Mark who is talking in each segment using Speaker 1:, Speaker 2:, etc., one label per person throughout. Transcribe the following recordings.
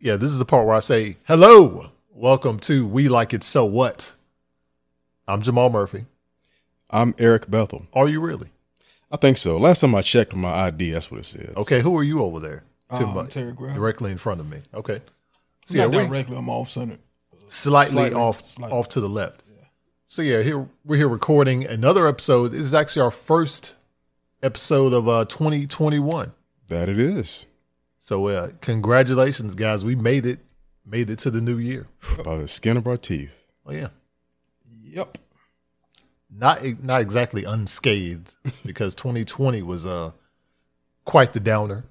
Speaker 1: Yeah, this is the part where I say, hello, welcome to We Like It So What. I'm Jamal Murphy.
Speaker 2: I'm Eric Bethel.
Speaker 1: Are you really?
Speaker 2: I think so. Last time I checked my ID, that's what it says.
Speaker 1: Okay, who are you over there?
Speaker 3: Uh,
Speaker 1: To
Speaker 3: I'm
Speaker 1: my-
Speaker 3: Terry Graham.
Speaker 1: directly in front of me. Okay. So yeah,
Speaker 3: Not
Speaker 1: we
Speaker 3: directly, I'm off center.
Speaker 1: slightly,
Speaker 3: Slightly,
Speaker 1: off
Speaker 3: slightly.
Speaker 1: off to the left. So yeah, here we're here recording another episode. This is actually our first episode of uh 2021.
Speaker 2: That it is.
Speaker 1: So uh congratulations guys, we made it made it to the new year.
Speaker 2: By the skin of our teeth.
Speaker 1: Oh yeah.
Speaker 3: Yep.
Speaker 1: not not exactly unscathed because 2020 was uh quite the downer.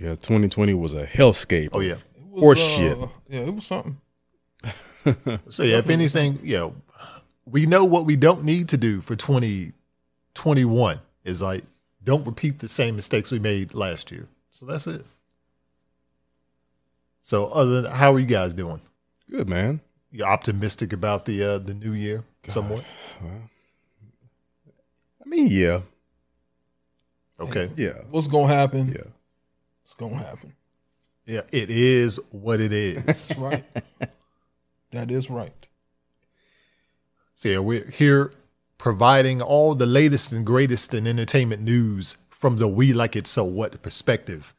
Speaker 2: Yeah, 2020 was a hellscape.
Speaker 1: Oh yeah.
Speaker 3: It uh,
Speaker 2: Or shit.
Speaker 3: Yeah, it was something.
Speaker 1: So yeah, if anything, you know, we know what we don't need to do for 2021 is like don't repeat the same mistakes we made last year. So that's it. So other than how are you guys doing?
Speaker 2: Good, man.
Speaker 1: You optimistic about the uh the new year somewhat?
Speaker 2: I mean, yeah.
Speaker 1: Okay.
Speaker 2: Yeah.
Speaker 3: What's gonna happen?
Speaker 2: Yeah.
Speaker 3: It's gonna happen.
Speaker 1: Yeah, it is what it is.
Speaker 3: That's right. that is right.
Speaker 1: So yeah, we're here providing all the latest and greatest in entertainment news from the we like it so what perspective.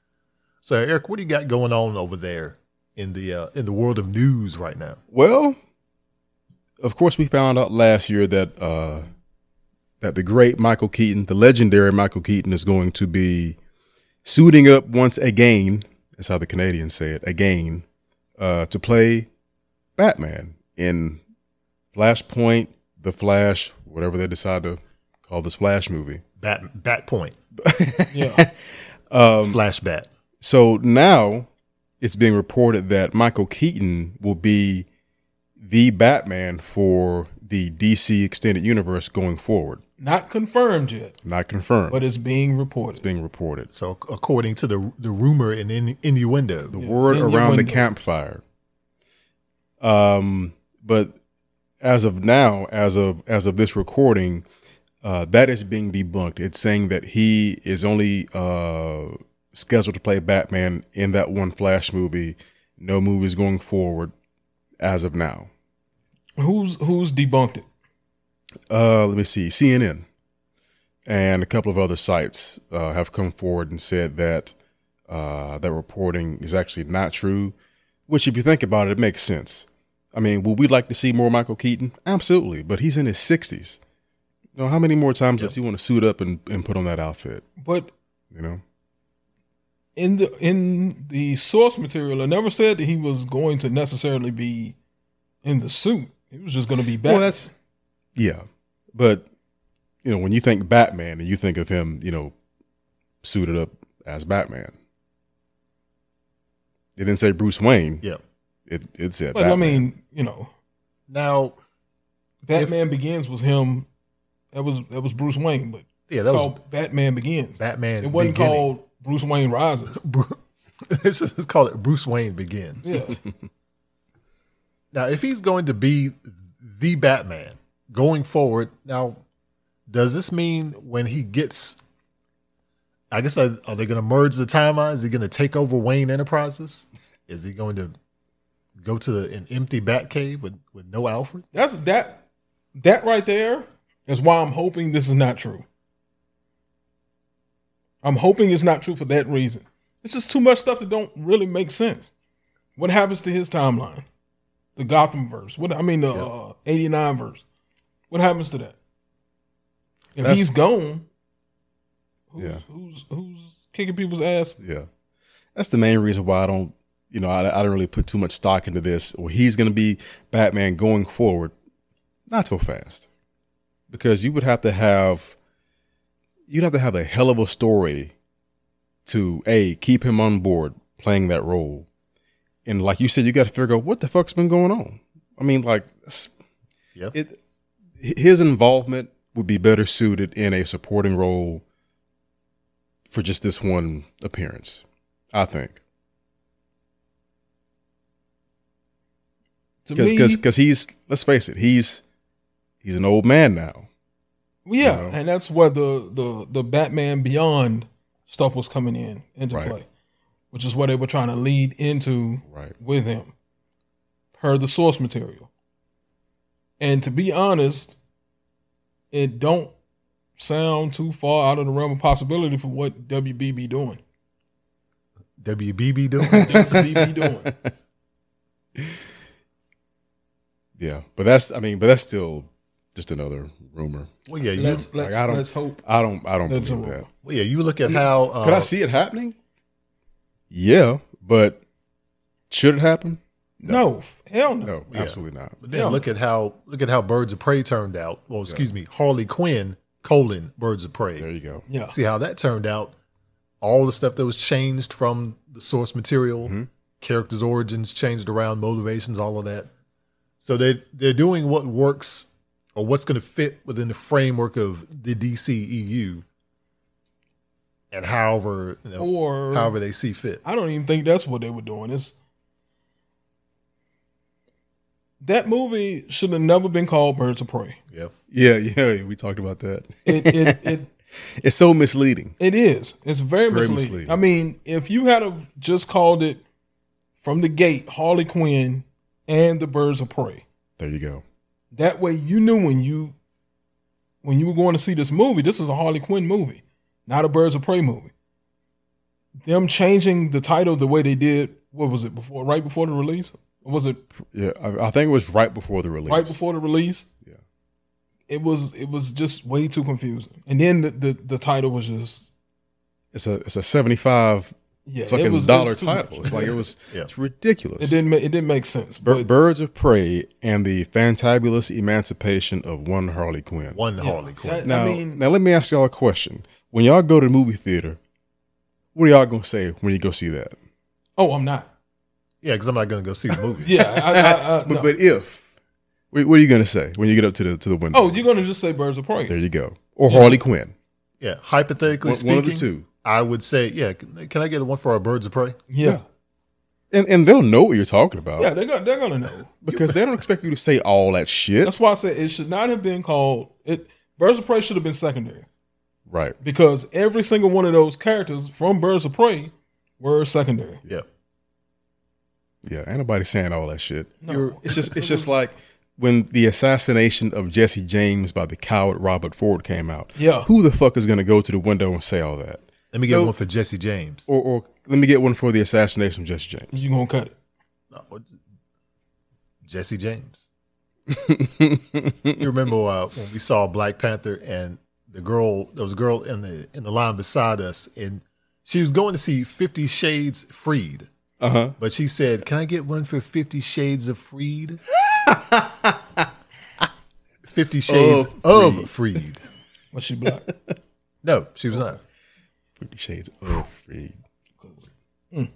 Speaker 1: So Eric, what do you got going on over there in the uh, in the world of news right now?
Speaker 2: Well, of course, we found out last year that uh, that the great Michael Keaton, the legendary Michael Keaton, is going to be suiting up once again. That's how the Canadians say it again uh, to play Batman in Flashpoint, The Flash, whatever they decide to call this Flash movie.
Speaker 1: Bat Bat Point,
Speaker 3: Yeah. Um,
Speaker 1: Flashbat.
Speaker 2: So now it's being reported that Michael Keaton will be the Batman for the DC extended universe going forward.
Speaker 3: Not confirmed yet,
Speaker 2: Not confirmed,
Speaker 3: but
Speaker 2: but
Speaker 3: it's being
Speaker 2: it's
Speaker 3: reported.
Speaker 2: being reported.
Speaker 1: So ac- according to the the rumor and in, innuendo,
Speaker 2: The word
Speaker 3: in your
Speaker 2: around the
Speaker 3: window.
Speaker 2: campfire. Um, but as of now, as of as of this recording, uh, that is being debunked. It's saying that he is only uh, scheduled to play Batman in that one Flash movie. No movies going forward as of now.
Speaker 3: Who's who's debunked it?
Speaker 2: Uh, let me see. CNN and a couple of other sites uh, have come forward and said that uh, that reporting is actually not true. Which, if you think about it, it makes sense. I mean, would we like to see more Michael Keaton? Absolutely, but he's in his sixties. You know, how many more times does he want to suit up and, and put on that outfit?
Speaker 3: But
Speaker 2: You know,
Speaker 3: in the in the source material, it never said that he was going to necessarily be in the suit. He was just going to be back.
Speaker 2: Well, that's yeah, but you know, when you think Batman and you think of him, you know, suited up as Batman. They didn't say Bruce Wayne.
Speaker 1: yeah.
Speaker 2: It it said.
Speaker 3: but I
Speaker 2: Batman.
Speaker 3: mean, you know,
Speaker 1: Now,
Speaker 3: Batman Begins was him. That was that was Bruce Wayne, but
Speaker 1: yeah,
Speaker 3: it's
Speaker 1: that was
Speaker 3: called Batman Begins.
Speaker 1: Batman.
Speaker 3: it wasn't
Speaker 1: Beginning.
Speaker 3: called Bruce Wayne Rises.
Speaker 1: Bru- Let's just call it Bruce Wayne Begins.
Speaker 3: Yeah,
Speaker 1: Now, if he's going to be the Batman going forward, now does this mean when he gets? I guess are are they going to merge the timeline? Is he going to take over Wayne Enterprises? Is he going to go to the, an empty Batcave with with no Alfred?
Speaker 3: that's that. That right there is why I'm hoping this is not true. I'm hoping it's not true for that reason. It's just too much stuff that don't really make sense. What happens to his timeline? The Gotham verse. What I mean, the uh, '89 verse. What happens to that? If
Speaker 2: That's-
Speaker 3: he's gone, who's,
Speaker 2: Yeah.
Speaker 3: who's who's kicking people's ass?
Speaker 2: Yeah, that's the main reason why I don't. You know, I, I don't really put too much stock into this. Well, he's going to be Batman going forward, not so fast, because you would have to have, you'd have to have a hell of a story to a keep him on board playing that role, and like you said, you got to figure out what the fuck's been going on. I mean, like, s-
Speaker 1: Yeah.
Speaker 2: it, his involvement would be better suited in a supporting role for just this one appearance. I think
Speaker 3: To
Speaker 2: because
Speaker 3: me,
Speaker 2: because he's let's face it, he's he's an old man now.
Speaker 3: Well, yeah,
Speaker 2: You know?
Speaker 3: and that's where the the the Batman Beyond stuff was coming in into
Speaker 2: Right.
Speaker 3: play. which is what they were trying to lead into
Speaker 2: Right.
Speaker 3: with him, per the source material. And to be honest, it don't sound too far out of the realm of possibility for what WB be doing.
Speaker 1: WBB doing.
Speaker 3: WB be doing.
Speaker 2: Yeah, but that's I mean, but that's still just another rumor.
Speaker 1: well, yeah, you,
Speaker 3: Let's let's,
Speaker 2: I don't-
Speaker 3: let's hope
Speaker 2: I don't I don't
Speaker 3: that's a
Speaker 2: believe
Speaker 3: rumor.
Speaker 2: that.
Speaker 1: well, yeah, you look at how. Uh,
Speaker 2: Could I see it happening? Yeah, but should it happen?
Speaker 3: No, hell no.
Speaker 2: No,
Speaker 1: Yeah.
Speaker 2: absolutely not.
Speaker 1: But then look at how look at how Birds of Prey turned out. Well, excuse me, Harley Quinn colon Birds of Prey.
Speaker 2: There you go.
Speaker 3: Yeah.
Speaker 1: See how that turned out. All the stuff that was changed from the source material,
Speaker 2: Mm-hmm.
Speaker 1: characters' origins changed around, motivations, all of that. So they they're doing what works or what's going to fit within the framework of the DCEU and however you know,
Speaker 3: Or
Speaker 1: however they see fit.
Speaker 3: I don't even think that's what they were doing. It's that movie should have never been called Birds of Prey.
Speaker 1: Yeah.
Speaker 2: Yeah, yeah, we talked about that.
Speaker 3: It it it,
Speaker 2: It's so misleading.
Speaker 3: it is. It's very,
Speaker 2: Very
Speaker 3: misleading.
Speaker 2: misleading.
Speaker 3: I mean, if you had have just called it from the gate Harley Quinn and the Birds of Prey,
Speaker 2: There you go.
Speaker 3: that way you knew when you when you were going to see this movie, this is a Harley Quinn movie, not a Birds of Prey movie. Them changing the title the way they did, what was it before? Right before the release, or was it
Speaker 2: Yeah, I, I think it was right before the release.
Speaker 3: right before the release.
Speaker 2: Yeah.
Speaker 3: It was it was just way too confusing. And then the the, the title was just
Speaker 2: it's a it's a seventy five
Speaker 3: yeah,
Speaker 2: fucking
Speaker 3: it was, it
Speaker 2: dollar
Speaker 3: was too
Speaker 2: title.
Speaker 3: much.
Speaker 2: It's like it was
Speaker 1: Yeah.
Speaker 2: it's ridiculous.
Speaker 3: It didn't ma- it didn't make sense.
Speaker 2: Bir-
Speaker 3: But
Speaker 2: Birds of Prey and the fantabulous emancipation of one Harley Quinn.
Speaker 1: One
Speaker 3: yeah,
Speaker 1: Harley Quinn.
Speaker 3: I- I,
Speaker 2: Now,
Speaker 3: mean,
Speaker 2: now let me ask y'all a question. When y'all go to the movie theater, what are y'all gonna say when you go see that?
Speaker 3: oh, I'm not.
Speaker 1: yeah, because I'm not going to go see the movie.
Speaker 3: Yeah, I, I, I,
Speaker 2: but,
Speaker 3: Uh, no.
Speaker 2: but if, what what are you gonna say when you get up to the to the window?
Speaker 3: oh, you're gonna just say Birds of Prey.
Speaker 2: there you go. Or Harley Quinn,
Speaker 1: Yeah, hypothetically
Speaker 2: one,
Speaker 1: speaking,
Speaker 2: one of the two,
Speaker 1: I would say, yeah. Can, can I get one for our birds of prey?
Speaker 3: Yeah,
Speaker 2: and and they'll know what you're talking about
Speaker 3: yeah, they're gonna they're gonna know.
Speaker 2: because they don't expect you to say all that shit,
Speaker 3: That's why I said it should not have been called it. Birds of Prey should have been secondary
Speaker 2: right?
Speaker 3: because every single one of those characters from Birds of Prey were secondary.
Speaker 1: Yeah,
Speaker 2: Yeah, ain't nobody saying all that shit.
Speaker 3: No,
Speaker 1: You're-
Speaker 2: It's just it's
Speaker 3: It
Speaker 2: just
Speaker 3: was-
Speaker 2: like when the assassination of Jesse James by the coward Robert Ford came out.
Speaker 3: Yeah.
Speaker 2: who the fuck is gonna go to the window and say all that?
Speaker 1: let me get
Speaker 2: No.
Speaker 1: one for Jesse James.
Speaker 2: Or, or let me get one for the assassination of Jesse James.
Speaker 3: you gonna cut it.
Speaker 1: No, what- Jesse James. you remember uh, when we saw Black Panther and the girl? There was a girl in the in the line beside us, and she was going to see Fifty Shades Freed,
Speaker 2: Uh
Speaker 3: Uh-huh.
Speaker 2: huh.
Speaker 1: but she said, "Can I get one for Fifty Shades of Freed?" Fifty Shades
Speaker 2: Of
Speaker 1: of, Freed.
Speaker 3: Was she black?
Speaker 1: No, she was not.
Speaker 2: Fifty Shades of Freed.
Speaker 3: Because mm.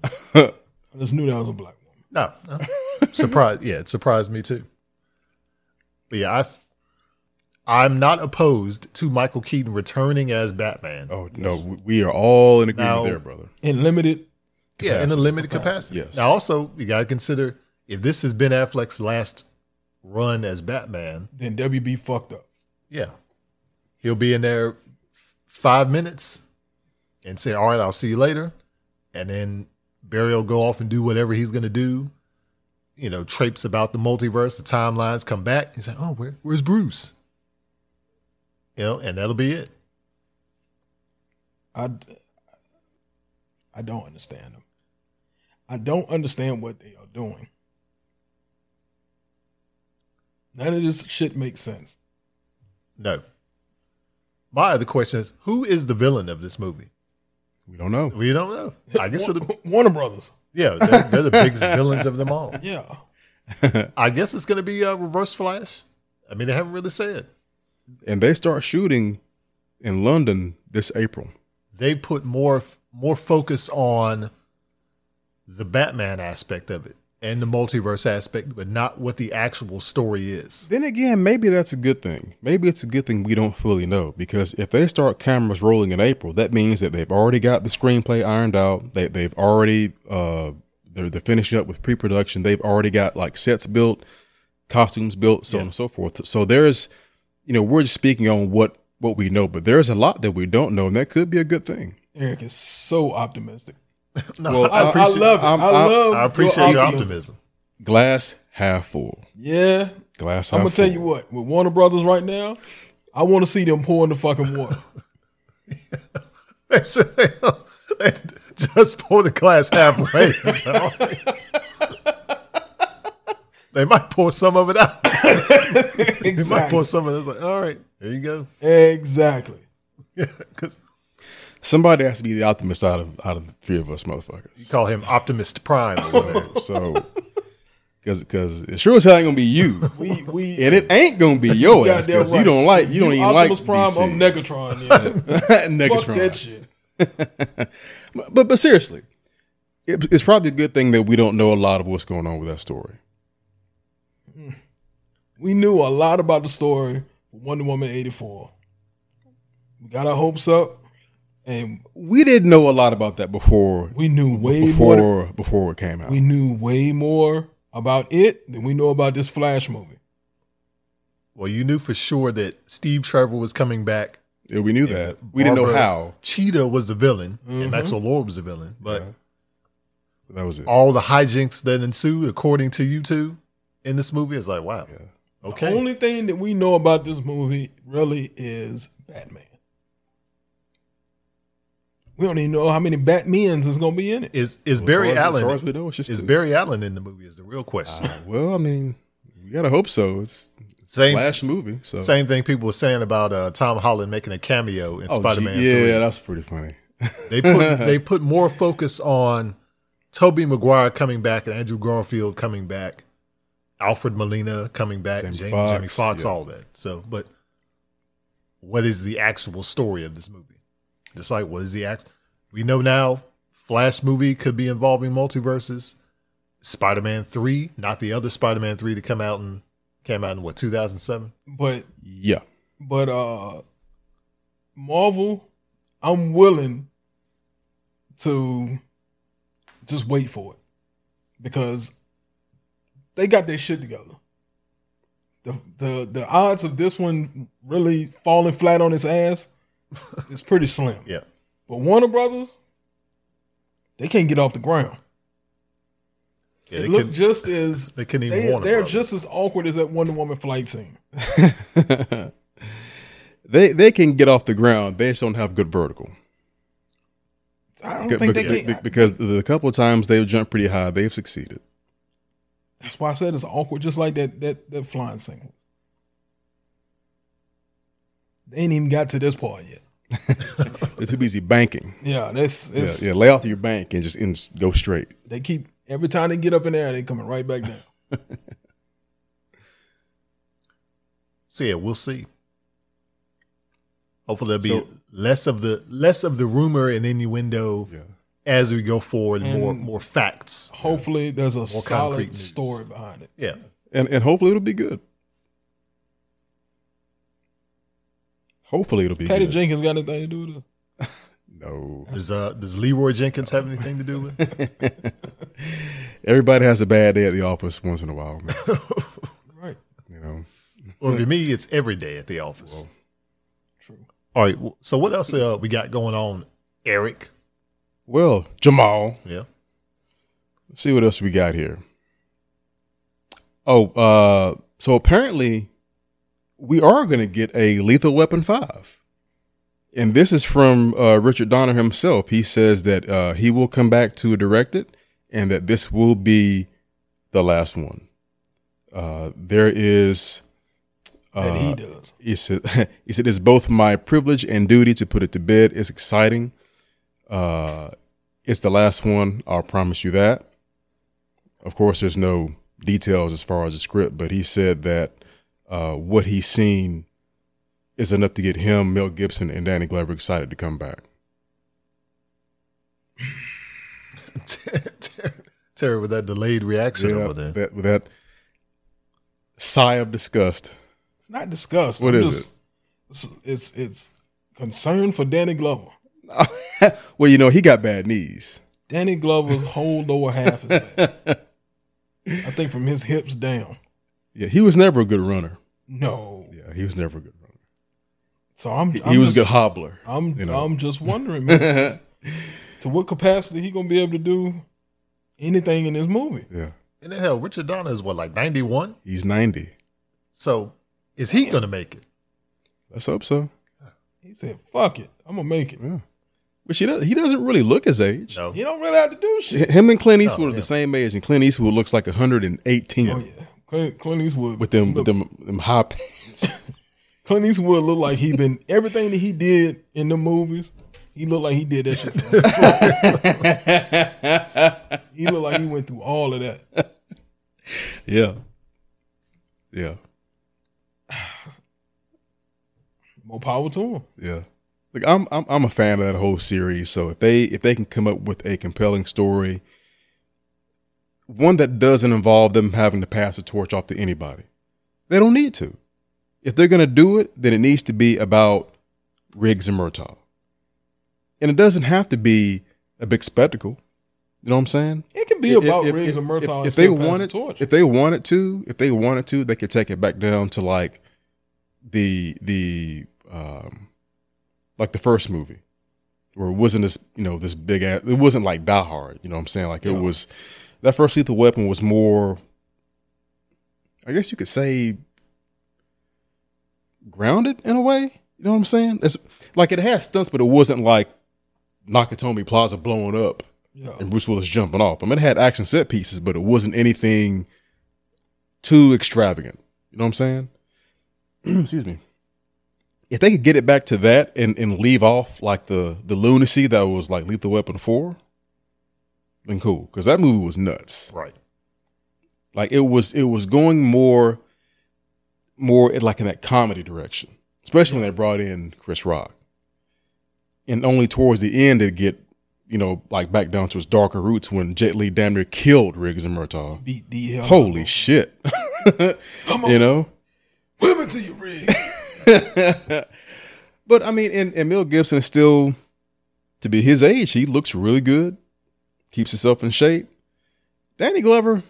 Speaker 3: I just knew that was a black woman.
Speaker 1: No, no. surprise. Yeah, it surprised me too. But yeah, I, I'm not opposed to Michael Keaton returning as Batman.
Speaker 2: Oh no, we- we are all in agreement
Speaker 1: Now-
Speaker 2: there, brother.
Speaker 3: In limited,
Speaker 1: yeah, in a
Speaker 2: capacity.
Speaker 1: limited capacity.
Speaker 2: Yes.
Speaker 1: Now, also, you got to consider if this has been Affleck's last run as Batman.
Speaker 3: then WB fucked up.
Speaker 1: Yeah, he'll be in there f- five minutes and say, "All right, I'll see you later," and then Barry will go off and do whatever he's going to do. You know, traipse about the multiverse, the timelines, come back. He's like, "Oh, where, where's Bruce?" You know, and that'll be it.
Speaker 3: I, d- I don't understand them. I don't understand what they are doing. None of this shit makes sense.
Speaker 1: No. My other question is, who is the villain of this movie?
Speaker 2: We don't know.
Speaker 1: We don't know. I guess it'll,
Speaker 3: Warner Brothers.
Speaker 1: Yeah, they're, they're the biggest villains of them all.
Speaker 3: Yeah.
Speaker 1: I guess it's going to be uh, Reverse Flash. I mean, they haven't really said.
Speaker 2: And they start shooting in London this April.
Speaker 1: They put more more focus on the Batman aspect of it and the multiverse aspect, but not what the actual story is.
Speaker 2: Then again, maybe that's a good thing. Maybe it's a good thing we don't fully know because if they start cameras rolling in April, that means that they've already got the screenplay ironed out. They they've already uh they're they're finishing up with pre-production. They've already got like sets built, costumes built, so on and so forth. So there's you know, we're just speaking on what what we know, but there's a lot that we don't know and that could be a good thing.
Speaker 3: Eric is so optimistic.
Speaker 1: No,
Speaker 2: Well,
Speaker 1: I,
Speaker 3: I, I
Speaker 2: appreciate-
Speaker 3: love it. i
Speaker 2: I'm- I'm-
Speaker 3: love.
Speaker 1: I appreciate your
Speaker 3: optimism.
Speaker 1: optimism.
Speaker 2: Glass half full.
Speaker 3: Yeah,
Speaker 2: Glass half
Speaker 3: I'm gonna
Speaker 2: full.
Speaker 3: tell you what. With Warner Brothers right now, I want to see them pouring the fucking water.
Speaker 1: They should- they just pour the glass halfway. so. they might pour some of it out. They might
Speaker 3: exactly.
Speaker 1: pour some of it. It's like, all right, there you go.
Speaker 3: exactly.
Speaker 1: Because
Speaker 2: Somebody has to be the optimist out of out of the three of us, motherfuckers.
Speaker 1: you call him Optimist Prime. or whatever.
Speaker 2: So, because because it sure as hell ain't gonna be you,
Speaker 3: We we
Speaker 2: and it ain't gonna be your ass
Speaker 3: Goddamn
Speaker 2: because you
Speaker 3: right.
Speaker 2: don't like you don't even
Speaker 3: Optimus
Speaker 2: like
Speaker 3: Prime.
Speaker 2: DC.
Speaker 3: I'm Negatron. Yeah.
Speaker 2: Negatron.
Speaker 3: Fuck that shit.
Speaker 2: But but seriously, it, it's probably a good thing that we don't know a lot of what's going on with that story.
Speaker 3: We knew a lot about the story for Wonder Woman '84. We got our hopes up, and
Speaker 2: We didn't know a lot about that before
Speaker 3: we knew way more.
Speaker 2: before before it came out.
Speaker 3: we knew way more about it than we know about this Flash movie.
Speaker 1: well, you knew for sure that Steve Trevor was coming back.
Speaker 2: Yeah, we knew that. We didn't know
Speaker 1: Barbara
Speaker 2: how.
Speaker 1: Cheetah was the villain,
Speaker 3: Mhm.
Speaker 1: and Maxwell Lord was the villain. But
Speaker 2: Mm-hmm. Yeah. That was it.
Speaker 1: all the hijinks that ensued, according to you two, in this movie, is like, wow,
Speaker 2: Yeah.
Speaker 1: okay.
Speaker 3: The only thing that we know about this movie really is Batman. We don't even know how many Batmans is going to be in it.
Speaker 1: is is
Speaker 2: As
Speaker 1: Barry
Speaker 2: far as- As far as
Speaker 1: Allen?
Speaker 2: we know, it's just
Speaker 1: Is
Speaker 2: two.
Speaker 1: Barry Allen in the movie? Is the real question.
Speaker 2: Uh, well, I mean, we gotta hope so. It's a
Speaker 1: Same
Speaker 2: Flash movie, so
Speaker 1: Same thing people were saying about uh, Tom Holland making a cameo in
Speaker 2: Oh, gee,
Speaker 1: Spider Man.
Speaker 2: Yeah,
Speaker 1: 3.
Speaker 2: that's pretty funny.
Speaker 1: They put they put more focus on Toby Maguire coming back and Andrew Garfield coming back, Alfred Molina coming back,
Speaker 2: Jamie
Speaker 1: Jamie, Jamie
Speaker 2: Foxx,
Speaker 1: Fox,
Speaker 2: yeah.
Speaker 1: all that. So, but what is the actual story of this movie? Just like what is the act? We know now Flash movie could be involving multiverses. Spider Man three, not the other Spider Man three to come out and came out in what two thousand seven.
Speaker 3: But
Speaker 2: Yeah,
Speaker 3: but uh Marvel, I'm willing to just wait for it because they got their shit together. The the the odds of this one really falling flat on its ass is pretty slim.
Speaker 1: Yeah.
Speaker 3: But Warner Brothers, they can't get off the ground.
Speaker 1: Yeah,
Speaker 3: it
Speaker 1: they,
Speaker 3: looked
Speaker 1: couldn't,
Speaker 3: just as
Speaker 1: they couldn't even
Speaker 3: they,
Speaker 1: warn
Speaker 3: they're
Speaker 1: about it.
Speaker 3: just as awkward as that Wonder Woman flight scene.
Speaker 2: they they can get off the ground. They just don't have good vertical.
Speaker 3: I don't
Speaker 2: Be-
Speaker 3: think they
Speaker 2: be-
Speaker 3: can.
Speaker 2: be- because the couple of times they've jumped pretty high, they've succeeded.
Speaker 3: That's why I said it's awkward, just like that that that flying sequence. They ain't even got to this part yet.
Speaker 2: They're too busy banking.
Speaker 3: Yeah, that's
Speaker 2: Yeah,
Speaker 3: it's,
Speaker 2: yeah, lay off your bank and just, and just go straight.
Speaker 3: they keep every time they get up in there, they coming right back down.
Speaker 1: So yeah, we'll see. Hopefully there'll be
Speaker 2: So-
Speaker 1: less of the less of the rumor and innuendo
Speaker 2: Yeah.
Speaker 1: as we go forward, more
Speaker 3: And-
Speaker 1: more facts.
Speaker 3: Hopefully, there's a solid
Speaker 1: concrete news.
Speaker 3: story behind it.
Speaker 1: Yeah.
Speaker 2: And and hopefully it'll be good. Hopefully it'll be
Speaker 3: Patty
Speaker 2: good.
Speaker 3: Jenkins got anything to do with it?
Speaker 2: no.
Speaker 1: Does uh does Leroy Jenkins have anything to do with it?
Speaker 2: Everybody has a bad day at the office once in a while, man.
Speaker 3: Right.
Speaker 2: you know.
Speaker 1: Or for me, it's every day at the office.
Speaker 3: True.
Speaker 1: All right. w- So what else uh, we got going on, Eric?
Speaker 2: Well, Jamal,
Speaker 1: Yeah.
Speaker 2: let's see what else we got here. Oh, uh, so apparently we are going to get a Lethal Weapon 5. And this is from uh, Richard Donner himself. He says that uh, he will come back to direct it and that this will be the last one. Uh, there is. uh,
Speaker 3: That he does.
Speaker 2: He said, he said, it's both my privilege and duty to put it to bed. It's exciting. Uh, it's the last one. I'll promise you that. Of course, there's no details as far as the script, but he said that uh, what he's seen is enough to get him, Mel Gibson, and Danny Glover excited to come back.
Speaker 1: Ter- Ter- Terry with that delayed reaction
Speaker 2: Yeah,
Speaker 1: over
Speaker 3: uh,
Speaker 1: there.
Speaker 2: that, with that sigh of disgust.
Speaker 3: It's not discussed.
Speaker 2: What
Speaker 3: What is
Speaker 2: is
Speaker 3: it? It's, it's it's concern for Danny Glover.
Speaker 2: well, you know, he got bad knees.
Speaker 3: Danny Glover's whole lower half is bad. I think from his hips down.
Speaker 2: Yeah, he was never a good runner.
Speaker 3: No.
Speaker 2: Yeah, he was never a good runner.
Speaker 3: So I'm.
Speaker 2: He,
Speaker 3: I'm
Speaker 2: he was a good
Speaker 3: just-
Speaker 2: hobbler.
Speaker 3: I'm
Speaker 2: you know.
Speaker 3: I'm just wondering, man, to to what capacity he gonna be able to do anything in this movie?
Speaker 2: Yeah.
Speaker 1: And then hell, Richard Donner is what, like 91?
Speaker 2: He's 90.
Speaker 1: So is he going to make it?
Speaker 2: Let's hope so.
Speaker 3: He said, "Fuck it, I'm gonna make it."
Speaker 2: Yeah. But she does, he doesn't really look his age.
Speaker 1: No.
Speaker 3: He don't really have to do shit.
Speaker 2: Him and Clint Eastwood
Speaker 1: No,
Speaker 2: are
Speaker 1: yeah.
Speaker 2: the same age, and Clint Eastwood looks like 118
Speaker 3: Oh yeah, Clint, Clint Eastwood
Speaker 2: with them with
Speaker 3: look-
Speaker 2: them, them high pants.
Speaker 3: Clint Eastwood looked like he been everything that he did in the movies. He looked like he did that shit. from the floor. he looked like he went through all of that.
Speaker 2: yeah. Yeah.
Speaker 3: More power to him.
Speaker 2: Yeah. Like I'm, I'm I'm a fan of that whole series. So if they if they can come up with a compelling story, one that doesn't involve them having to pass the torch off to anybody, they don't need to. If they're gonna do it, then it needs to be about Riggs and Murtaugh, and it doesn't have to be a big spectacle. You know what I'm saying?
Speaker 3: It could be
Speaker 2: If-
Speaker 3: about
Speaker 2: if-
Speaker 3: Riggs
Speaker 2: if-
Speaker 3: and Murtaugh.
Speaker 2: If, if they
Speaker 3: wanted,
Speaker 2: wanted,
Speaker 3: torch.
Speaker 2: if they wanted to, if they wanted to, they could take it back down to like the the um like the first movie, where it wasn't this you know this big ass. It wasn't like Die Hard. You know what I'm saying? Like it
Speaker 3: Yeah.
Speaker 2: was that first Lethal Weapon was more. I guess you could say grounded in a way. You know what I'm saying? It's like it had stunts, but it wasn't like Nakatomi Plaza blowing up
Speaker 3: yeah.
Speaker 2: and Bruce Willis jumping off. I mean, it had action set pieces, but it wasn't anything too extravagant. You know what I'm saying? Excuse me. If they could get it back to that and, and leave off like the the lunacy that was like Lethal Weapon four, then cool. Because that movie was nuts.
Speaker 1: Right.
Speaker 2: Like it was it was going more more in, like in that comedy direction, especially when they brought in Chris Rock. And only towards the end it get you know like back down to its darker roots when Jet Li damn near killed Riggs and Murtaugh.
Speaker 3: beat the hell.
Speaker 2: Holy shit!
Speaker 3: Come on,
Speaker 2: you know.
Speaker 3: women to you, Riggs.
Speaker 2: but I mean, and, and Mel Gibson is still, to be his age, he looks really good, keeps himself in shape. Danny Glover,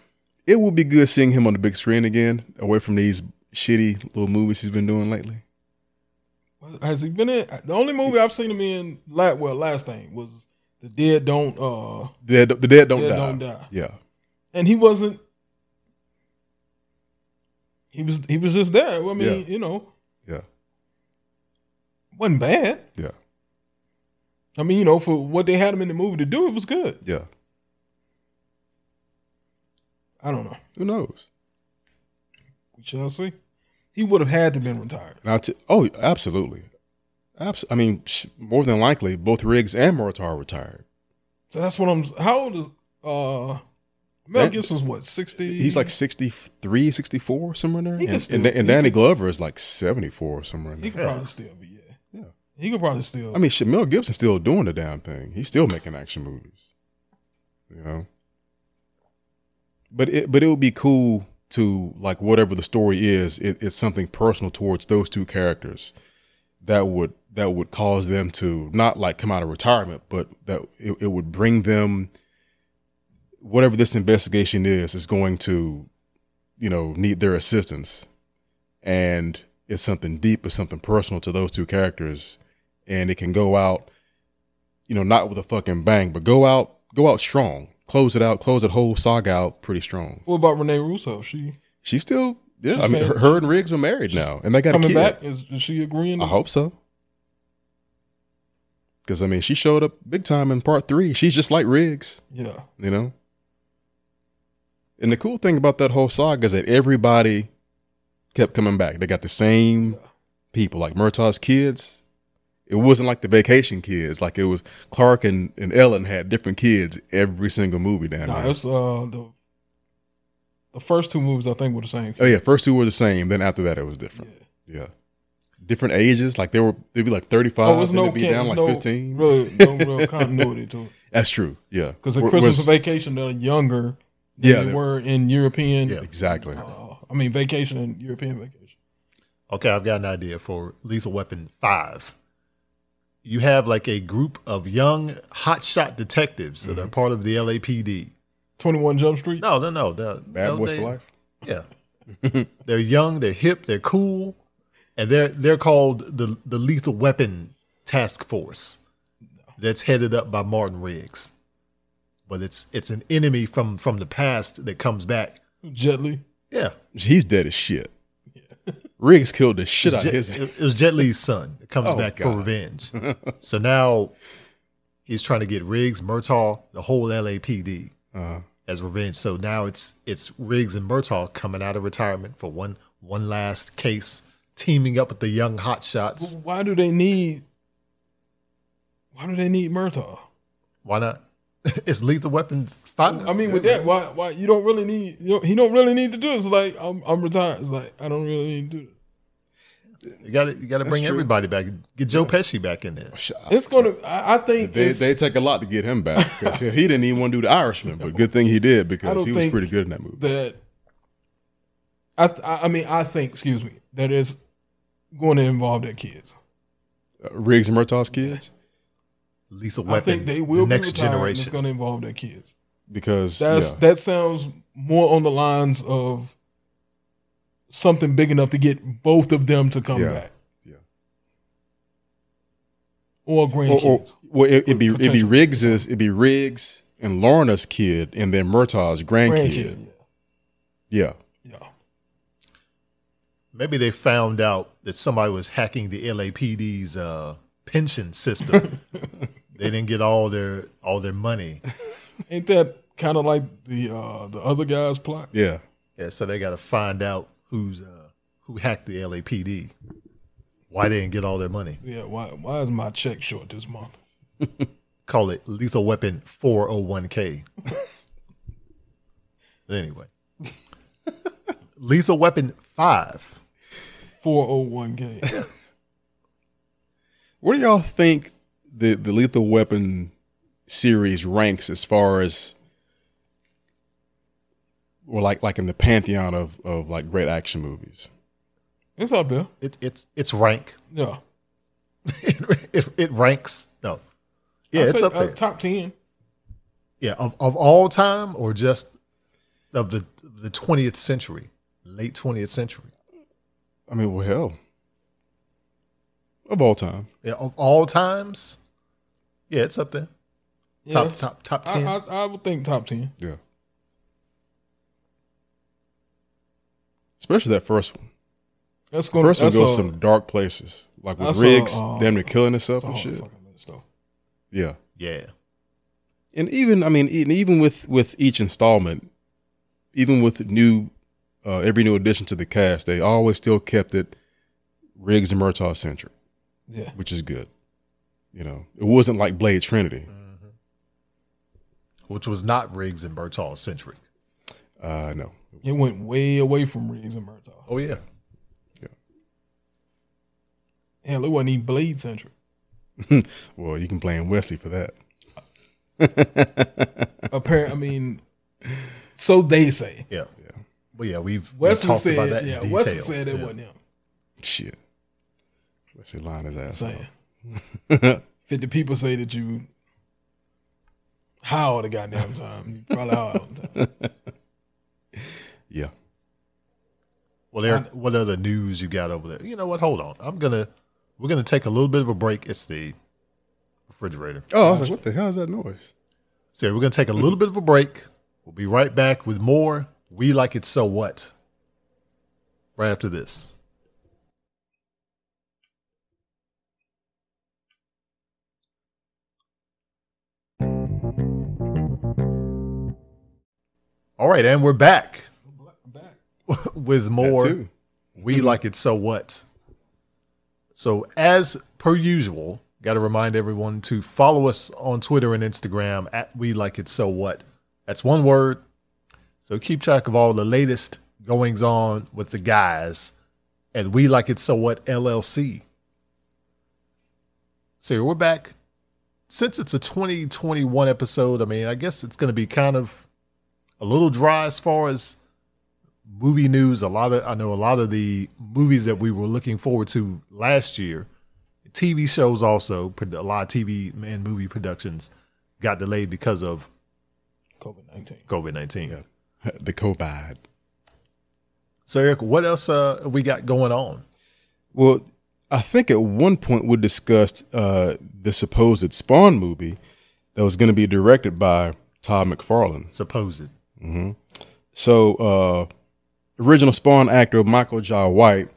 Speaker 2: it will be good seeing him on the big screen again, away from these shitty little movies he's been doing lately.
Speaker 3: Has he been in? The only movie I've seen him in, la well, last thing was the Dead Don't. uh
Speaker 2: The Dead, the dead don't,
Speaker 3: Dead
Speaker 2: die.
Speaker 3: Don't Die.
Speaker 2: Yeah,
Speaker 3: And he wasn't. He was. He was just there. I mean,
Speaker 2: Yeah.
Speaker 3: you know,
Speaker 2: yeah,
Speaker 3: wasn't bad.
Speaker 2: yeah,
Speaker 3: I mean, you know, for what they had him in the movie to do, it was good.
Speaker 2: yeah.
Speaker 3: I don't know.
Speaker 2: Who knows?
Speaker 3: We shall see. He would have had to been retired.
Speaker 2: And I t- oh, absolutely. Abs- I mean, sh- more than likely, both Riggs and Murtaugh are retired.
Speaker 3: So that's what I'm. How old is uh Mel
Speaker 2: That-
Speaker 3: Gibson's? What sixty?
Speaker 2: He's like 63, 64, somewhere in there.
Speaker 3: He can
Speaker 2: And,
Speaker 3: still-
Speaker 2: and, Da- and
Speaker 3: he
Speaker 2: Danny
Speaker 3: can-
Speaker 2: Glover is like 74 or somewhere in
Speaker 3: He
Speaker 2: there.
Speaker 3: could probably still be. Yeah.
Speaker 2: Yeah.
Speaker 3: He could probably still.
Speaker 2: I mean, shit, Mel Gibson's still doing the damn thing. He's still making action movies, you know. But it but it would be cool to like whatever the story is. It, it's something personal towards those two characters that would that would cause them to not like come out of retirement, but that it, it would bring them whatever this investigation is is going to, you know, need their assistance, and it's something deep, it's something personal to those two characters and it can go out, you know, not with a fucking bang, but go out, go out strong, close it out, close that whole saga out pretty strong.
Speaker 3: what about Renee Russo? She
Speaker 2: She's still, yeah.
Speaker 3: She
Speaker 2: I mean,
Speaker 3: said-
Speaker 2: her, her and Riggs are married
Speaker 3: she's
Speaker 2: now, and they got a
Speaker 3: coming
Speaker 2: kid.
Speaker 3: back? Is, is she agreeing?
Speaker 2: I
Speaker 3: To,
Speaker 2: hope so. Because I mean, she showed up big time in part three. She's just like Riggs,
Speaker 3: yeah.
Speaker 2: you know. And the cool thing about that whole saga is that everybody kept coming back. They got the same people, like Murtaugh's kids. It wasn't like the vacation kids. Like it was Clark and, and Ellen had different kids every single movie down
Speaker 3: Nah,
Speaker 2: there.
Speaker 3: it's uh the the first two movies I think were the same.
Speaker 2: Oh yeah, first two were the same. Then after that, it was
Speaker 3: Yeah.
Speaker 2: different. Yeah, different ages. Like they were, they'd be like thirty five.
Speaker 3: Oh, it's no,
Speaker 2: they'd be
Speaker 3: can-
Speaker 2: down
Speaker 3: it's
Speaker 2: like
Speaker 3: no
Speaker 2: fifteen.
Speaker 3: Really, no real continuity to it.
Speaker 2: That's true. Yeah,
Speaker 3: Because at
Speaker 2: Where-
Speaker 3: Christmas
Speaker 2: where's-
Speaker 3: vacation, they're younger than
Speaker 2: Yeah,
Speaker 3: they
Speaker 2: they-
Speaker 3: were in European.
Speaker 1: Yeah.
Speaker 2: exactly.
Speaker 3: Uh, I mean, vacation and European vacation.
Speaker 1: Okay, I've got an idea for Lethal Weapon 5. You have like a group of young hotshot detectives that
Speaker 2: Mm-hmm.
Speaker 1: are part of the LAPD.
Speaker 3: Twenty One Jump Street.
Speaker 1: No, no, no. they're-
Speaker 2: Bad
Speaker 1: no,
Speaker 2: Boys
Speaker 1: they-
Speaker 2: for Life.
Speaker 1: Yeah. they're young, they're hip, they're cool, and they're they're called the the Lethal Weapon Task Force. that's headed up by Martin Riggs, but it's it's an enemy from from the past that comes back.
Speaker 3: Jet Li.
Speaker 1: Yeah,
Speaker 2: He's dead as shit. Riggs killed the shit out of
Speaker 1: Jet-
Speaker 2: his ass.
Speaker 1: it it was Jet Li's son that comes
Speaker 2: Oh,
Speaker 1: back for
Speaker 2: God.
Speaker 1: revenge. so now he's trying to get Riggs, Murtaugh, the whole LAPD
Speaker 2: Uh,
Speaker 1: as revenge. So now it's it's Riggs and Murtaugh coming out of retirement for one one last case, teaming up with the young hotshots.
Speaker 3: But Why do they need? Why do they need Murtaugh?
Speaker 1: Why not? it's Lethal Weapon Five.
Speaker 3: I mean, with that, why? Why you don't really need? You don't, he don't really need to do it. It's like I'm, I'm retired. It's like I don't really need to do it.
Speaker 1: you got to you got to bring
Speaker 2: true.
Speaker 1: everybody back. Get Joe Pesci back in there.
Speaker 2: sh-
Speaker 3: It's gonna. I, I think
Speaker 2: they,
Speaker 3: it's-
Speaker 2: they take a lot to get him back because he didn't even want to do the Irishman, but good thing he did
Speaker 3: I
Speaker 2: because
Speaker 3: don't
Speaker 2: he was
Speaker 3: think
Speaker 2: pretty good in that movie.
Speaker 3: that. I, th- I I mean I think excuse me that is going to involve their kids.
Speaker 2: Uh, Riggs and Murtaugh's kids
Speaker 1: Lethal
Speaker 3: I
Speaker 1: Weapon.
Speaker 3: think they will
Speaker 1: the next
Speaker 3: be retired. And it's
Speaker 1: generation.
Speaker 3: going to involve their kids.
Speaker 2: because
Speaker 3: That's
Speaker 2: yeah,
Speaker 3: that sounds more on the lines of something big enough to get both of them to come
Speaker 2: Yeah.
Speaker 3: back.
Speaker 2: Yeah.
Speaker 3: Or
Speaker 2: or,
Speaker 3: grandkids.
Speaker 2: or- well, it, it'd be it'd be
Speaker 3: Potential.
Speaker 2: Riggs's, it'd be Riggs and Lorna's kid, and then Murtaugh's grandkid.
Speaker 3: grandkid.
Speaker 2: Yeah,
Speaker 3: Yeah. yeah.
Speaker 1: Maybe they found out that somebody was hacking the LAPD's uh, pension system. they didn't get all their all their money.
Speaker 3: Ain't that kind of like the uh the other guy's plot?
Speaker 2: yeah.
Speaker 1: Yeah, so they got to find out who's uh, who hacked the LAPD. Why they didn't get all their money?
Speaker 3: Yeah, why why is my check short this month?
Speaker 1: Call it Lethal Weapon 401k. anyway, Lethal Weapon Five.
Speaker 3: 401k.
Speaker 2: Where do y'all think the the Lethal Weapon series ranks as far as or like like in the pantheon of of like great action movies?
Speaker 3: it's up there.
Speaker 1: It, it's it's rank.
Speaker 3: Yeah.
Speaker 1: it, it, it ranks no. Yeah,
Speaker 3: I'd
Speaker 1: it's
Speaker 3: say,
Speaker 1: up
Speaker 3: uh,
Speaker 1: there.
Speaker 3: top 10.
Speaker 1: yeah, of, of all time or just of the the twentieth century, late twentieth century.
Speaker 2: I mean, well, hell, of all time.
Speaker 1: Yeah, of all times. Yeah, it's up there. Top
Speaker 3: Yeah.
Speaker 1: top top
Speaker 3: I,
Speaker 1: ten.
Speaker 3: I, I would think top 10.
Speaker 2: Yeah. Especially that first one.
Speaker 3: That's going
Speaker 2: First
Speaker 3: to
Speaker 2: one
Speaker 3: that's
Speaker 2: goes
Speaker 3: a,
Speaker 2: some dark places, like with
Speaker 3: that's a,
Speaker 2: Riggs,
Speaker 3: uh,
Speaker 2: damn near killing himself
Speaker 3: that's a
Speaker 2: and
Speaker 3: hard
Speaker 2: shit.
Speaker 3: fucking list, though.
Speaker 2: Yeah,
Speaker 1: yeah.
Speaker 2: and even I mean, even even with with each installment, even with new, uh, every new addition to the cast, they always still kept it Riggs and Murtaugh centric,
Speaker 3: Yeah.
Speaker 2: which is good. You know, it wasn't like Blade Trinity.
Speaker 1: Which was not Riggs and Bertal centric.
Speaker 2: Uh, no,
Speaker 3: It went way away from Riggs and Murtaugh.
Speaker 1: Oh yeah.
Speaker 3: Hell, it wasn't even Blade Central.
Speaker 2: well, you can blame Wesley for that.
Speaker 3: Apparently, I mean, so they say.
Speaker 1: Yeah. Yeah. Well yeah, we've, we've
Speaker 3: Wesley
Speaker 1: talked about that
Speaker 3: said,
Speaker 1: in
Speaker 3: yeah,
Speaker 1: detail.
Speaker 3: Wesley said it
Speaker 1: Yeah.
Speaker 3: wasn't him.
Speaker 2: Shit, Wesley lying his ass. off.
Speaker 3: Saying. 50 people say that you how all the goddamn time. You probably how all the time.
Speaker 2: Yeah,
Speaker 1: Well, Eric, what other news you got over there? You know what? Hold on. I'm gonna we're gonna take a little bit of a break. It's the refrigerator.
Speaker 2: Oh, I was like, what the hell is that noise?
Speaker 1: So we're gonna take a little bit of a break. We'll be right back with more. We like it so what? Right after this. All right, and we're back
Speaker 3: Back.
Speaker 1: with
Speaker 2: That
Speaker 1: more.
Speaker 2: too.
Speaker 1: We like it, so what? So, as per usual, got to remind everyone to follow us on Twitter and Instagram at We Like It So What. That's one word. So, keep track of all the latest goings on with the guys at We Like It So What LLC. So, we're back. Since it's a 2021 episode, I mean, I guess it's going to be kind of a little dry as far as movie news a lot of i know a lot of the movies that we were looking forward to last year tv shows also prod- a lot of tv and movie productions got delayed because of
Speaker 3: COVID 19.
Speaker 1: covid-19
Speaker 2: Yeah. the COVID.
Speaker 1: so eric what else uh we got going on
Speaker 2: Well, I think at one point we discussed uh, the supposed Spawn movie that was going to be directed by Todd McFarlane.
Speaker 1: Supposed.
Speaker 2: hmm So, uh, original Spawn actor Michael Jai White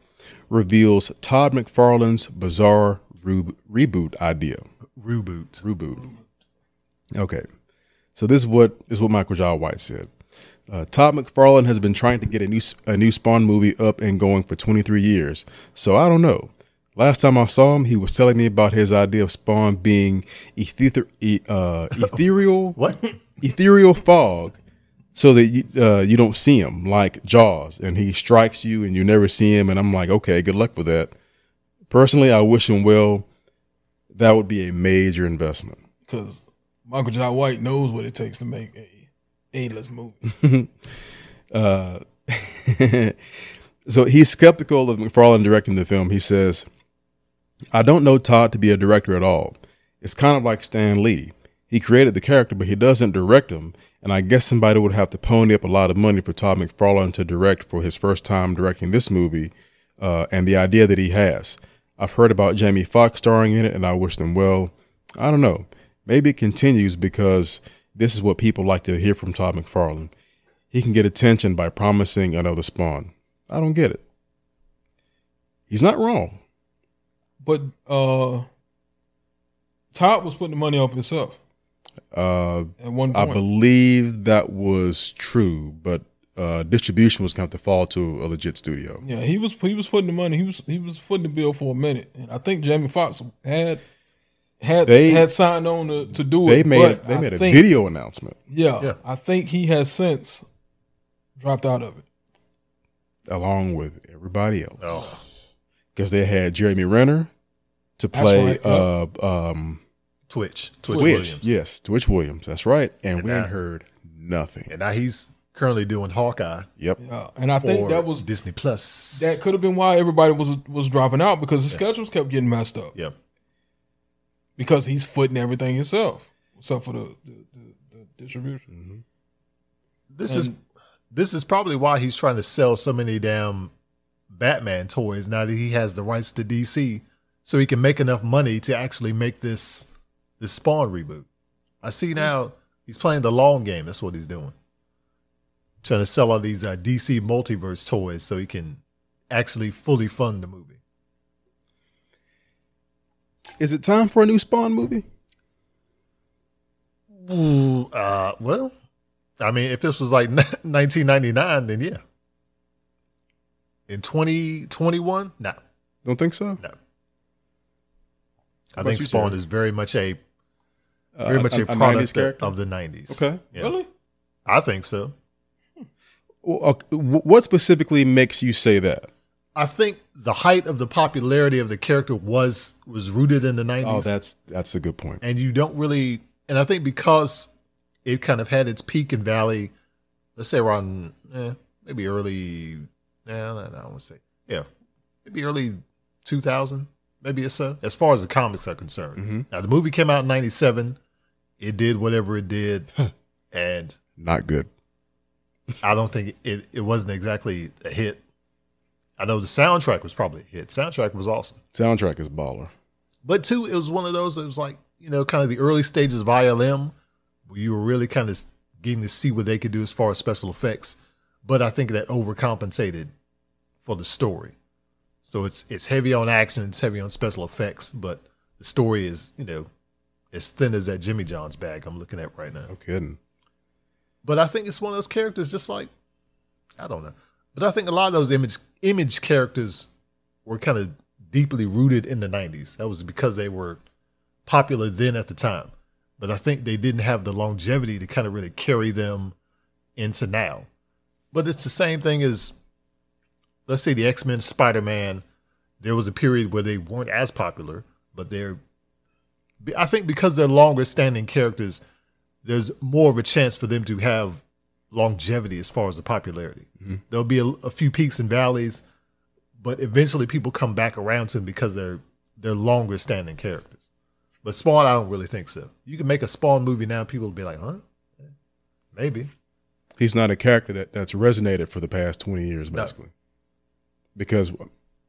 Speaker 2: reveals Todd McFarlane's bizarre re- reboot idea.
Speaker 1: Reboot.
Speaker 2: Reboot. Okay. So this is what this is what Michael Jai White said. Uh, Todd McFarlane has been trying to get a new a new Spawn movie up and going for 23 years. So I don't know. Last time I saw him, he was telling me about his idea of Spawn being ether, e, uh, ethereal
Speaker 1: What?
Speaker 2: ethereal fog so that you, uh, you don't see him like jaws and he strikes you and you never see him and i'm like okay good luck with that personally i wish him well that would be a major investment
Speaker 3: because Michael J. White knows what it takes to make a A-list movie.
Speaker 2: Uh, so he's skeptical of McFarlane directing the film. He says, I don't know Todd to be a director at all. It's kind of like Stan Lee. He created the character, but he doesn't direct him. And I guess somebody would have to pony up a lot of money for Todd McFarlane to direct for his first time directing this movie uh, and the idea that he has. I've heard about Jamie Foxx starring in it, and I wish them well. I don't know. Maybe it continues because this is what people like to hear from Todd McFarlane he can get attention by promising another spawn. I don't get it. He's not wrong.
Speaker 3: But uh Todd was putting the money off himself
Speaker 2: Uh,
Speaker 3: at one
Speaker 2: I
Speaker 3: point.
Speaker 2: believe that was true, but uh, distribution was going to have to fall to a legit studio.
Speaker 3: yeah, he was he was putting the money. He was he was footing the bill for a minute, and I think Jamie Foxx had had
Speaker 2: They-
Speaker 3: had signed on to, to do
Speaker 2: They
Speaker 3: it.
Speaker 2: made
Speaker 3: but
Speaker 2: they
Speaker 3: I
Speaker 2: made a
Speaker 3: think-
Speaker 2: video announcement.
Speaker 3: Yeah,
Speaker 1: Yeah.
Speaker 3: I think he has since dropped out of it.
Speaker 2: along with everybody else
Speaker 1: Oh.
Speaker 2: because they had Jeremy Renner to
Speaker 3: That's
Speaker 2: play
Speaker 3: right,
Speaker 2: uh, um,
Speaker 1: Twitch. Twitch.
Speaker 2: Twitch.
Speaker 1: Williams.
Speaker 2: Yes, Twitch Williams. That's right. And,
Speaker 1: And
Speaker 2: we
Speaker 1: that-
Speaker 2: ain't heard nothing.
Speaker 1: And now he's currently doing Hawkeye.
Speaker 2: Yep.
Speaker 3: Yeah, and I
Speaker 1: for
Speaker 3: think that was
Speaker 1: Disney Plus.
Speaker 3: that could have been why everybody was was dropping out because the schedules kept getting messed up.
Speaker 1: yeah.
Speaker 3: because he's footing everything himself, except for the the, the, the distribution.
Speaker 2: Mhm.
Speaker 1: This is
Speaker 3: And-
Speaker 1: this is probably why he's trying to sell so many damn Batman toys now that he has the rights to DC, so he can make enough money to actually make this this Spawn reboot. I see now he's playing the long game. That's what he's doing. Trying to sell all these uh, DC multiverse toys so he can actually fully fund the movie.
Speaker 2: Is it time for a new Spawn movie?
Speaker 1: Ooh, uh, well, I mean, if this was like 1999, then yeah. In 2021, no,
Speaker 2: Don't think so.
Speaker 1: no. I
Speaker 2: about
Speaker 1: think
Speaker 2: you,
Speaker 1: Spawn
Speaker 2: Terry?
Speaker 1: is very much a
Speaker 2: Uh,
Speaker 1: very much a,
Speaker 2: 90s
Speaker 1: product
Speaker 2: character?
Speaker 1: of the 90s.
Speaker 2: Okay.
Speaker 1: Yeah.
Speaker 3: Really?
Speaker 1: I think so.
Speaker 2: Well, okay, wh- What specifically makes you say that?
Speaker 1: I think the height of the popularity of the character was was rooted in the 90s.
Speaker 2: Oh, that's that's a good point.
Speaker 1: and you don't really and i think because it kind of had its peak and valley let's say around eh, maybe early nah, nah, nah, i don't want to say yeah maybe early 2000 maybe or so as far as the comics are concerned
Speaker 2: Mhm.
Speaker 1: now the movie came out in 97 it did whatever it did and
Speaker 2: Not good.
Speaker 1: i don't think it, it wasn't exactly a hit i know the soundtrack was probably a hit soundtrack was awesome
Speaker 2: Soundtrack is baller.
Speaker 1: but two, it was one of those. It was like you know, kind of the early stages of ILM, where you were really kind of getting to see what they could do as far as special effects. But I think that overcompensated for the story. So it's it's heavy on action, it's heavy on special effects, but the story is you know as thin as that Jimmy John's bag I'm looking at right now.
Speaker 2: No kidding.
Speaker 1: But I think it's one of those characters, just like I don't know. But I think a lot of those image image characters were kind of deeply rooted in the '90s. That was because they were popular then at the time. But I think they didn't have the longevity to kind of really carry them into now. But it's the same thing as, let's say, the X Men, Spider Man. There was a period where they weren't as popular, but they're. I think because they're longer standing characters, there's more of a chance for them to have longevity as far as the popularity.
Speaker 2: Mhm.
Speaker 1: There'll be a, a few peaks and valleys, but eventually people come back around to them because they're they're longer standing characters. But Spawn, I don't really think so. You can make a Spawn movie now, people will be like, huh? Maybe.
Speaker 2: He's not a character that, that's resonated for the past 20 years,
Speaker 1: No.
Speaker 2: basically. Because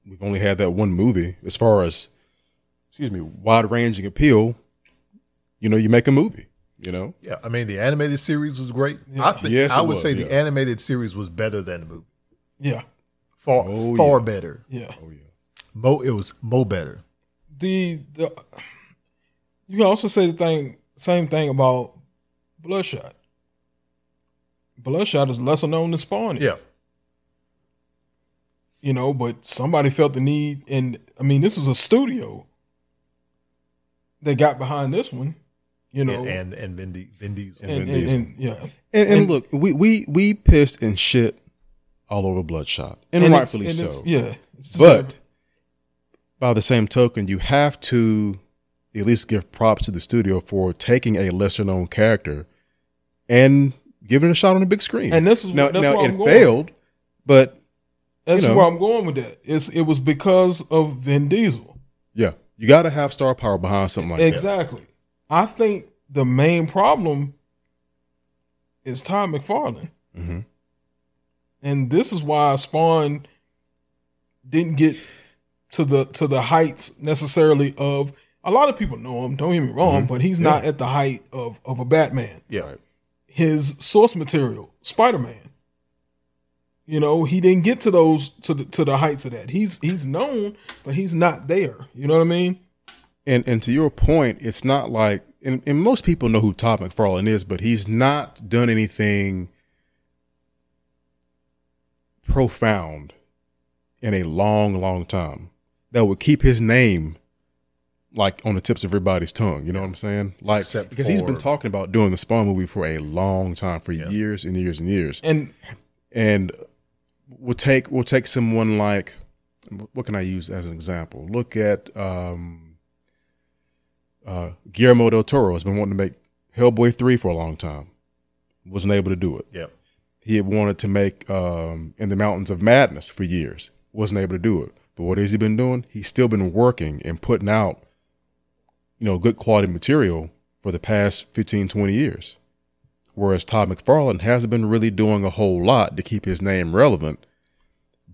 Speaker 2: we've only had that one movie as far as excuse me wide ranging appeal. You know, you make a movie. You know,
Speaker 1: Yeah, I mean the animated series was great.
Speaker 3: Yeah.
Speaker 1: I think
Speaker 2: Yes,
Speaker 1: I
Speaker 2: it
Speaker 1: would
Speaker 2: was,
Speaker 1: say the
Speaker 2: yeah.
Speaker 1: animated series was better than the movie.
Speaker 3: Yeah,
Speaker 1: Far
Speaker 2: Oh,
Speaker 1: far
Speaker 2: yeah.
Speaker 1: better.
Speaker 3: yeah.
Speaker 2: oh yeah,
Speaker 1: Mo it was Mo better.
Speaker 3: The the you can also say the thing same thing about Bloodshot. Bloodshot is lesser known than Spawn. is.
Speaker 1: Yeah.
Speaker 3: you know, but somebody felt the need, and I mean, this is a studio that got behind this one, you know,
Speaker 1: and and, and Vin, Di- Vin Diesel.
Speaker 3: and,
Speaker 2: Vin
Speaker 3: and-
Speaker 2: Diesel.
Speaker 3: and- yeah,
Speaker 2: and, and,
Speaker 3: And-
Speaker 2: look, we we we pissed and shit all over Bloodshot, and,
Speaker 3: And it's-
Speaker 2: rightfully
Speaker 3: and
Speaker 2: so.
Speaker 3: it's- yeah, it's
Speaker 2: But
Speaker 3: deserved.
Speaker 2: by the same token, you have to at least give props to the studio for taking a lesser known character and giving it a shot on the big screen.
Speaker 3: and this is
Speaker 2: now,
Speaker 3: that's
Speaker 2: now
Speaker 3: where
Speaker 2: it
Speaker 3: I'm going.
Speaker 2: failed, but
Speaker 3: That's
Speaker 2: you know.
Speaker 3: where I'm going with that. It's it was because of Vin Diesel.
Speaker 2: yeah, you got to have star power behind something like that.
Speaker 3: exactly. I think the main problem is Tom McFarlane.
Speaker 2: hmm
Speaker 3: and this is why Spawn didn't get to the to the heights necessarily of a lot of people know him. Don't get me wrong,
Speaker 2: Mhm.
Speaker 3: but he's not at the height of of a Batman.
Speaker 1: yeah.
Speaker 3: His source material, Spider Man. You know, he didn't get to those to the to the heights of that. He's he's known, but he's not there. You know what I mean?
Speaker 2: And and to your point, it's not like and, and most people know who Todd McFarlane is, but he's not done anything profound in a long, long time that would keep his name like on the tips of everybody's tongue. You know what I'm saying? Like
Speaker 1: Except
Speaker 2: because he's been
Speaker 1: for-
Speaker 2: talking about doing the Spawn movie for a long time, for years and years and years
Speaker 3: And
Speaker 2: and we'll take we'll take someone like what can I use as an example? Look at um, uh, Guillermo del Toro has been wanting to make Hellboy three for a long time, wasn't able to do it.
Speaker 1: Yeah.
Speaker 2: He had wanted to make um, In the Mountains of Madness for years, wasn't able to do it. But what has he been doing? He's still been working and putting out, you know, good quality material for the past 15, 20 years. Whereas Todd McFarlane hasn't been really doing a whole lot to keep his name relevant.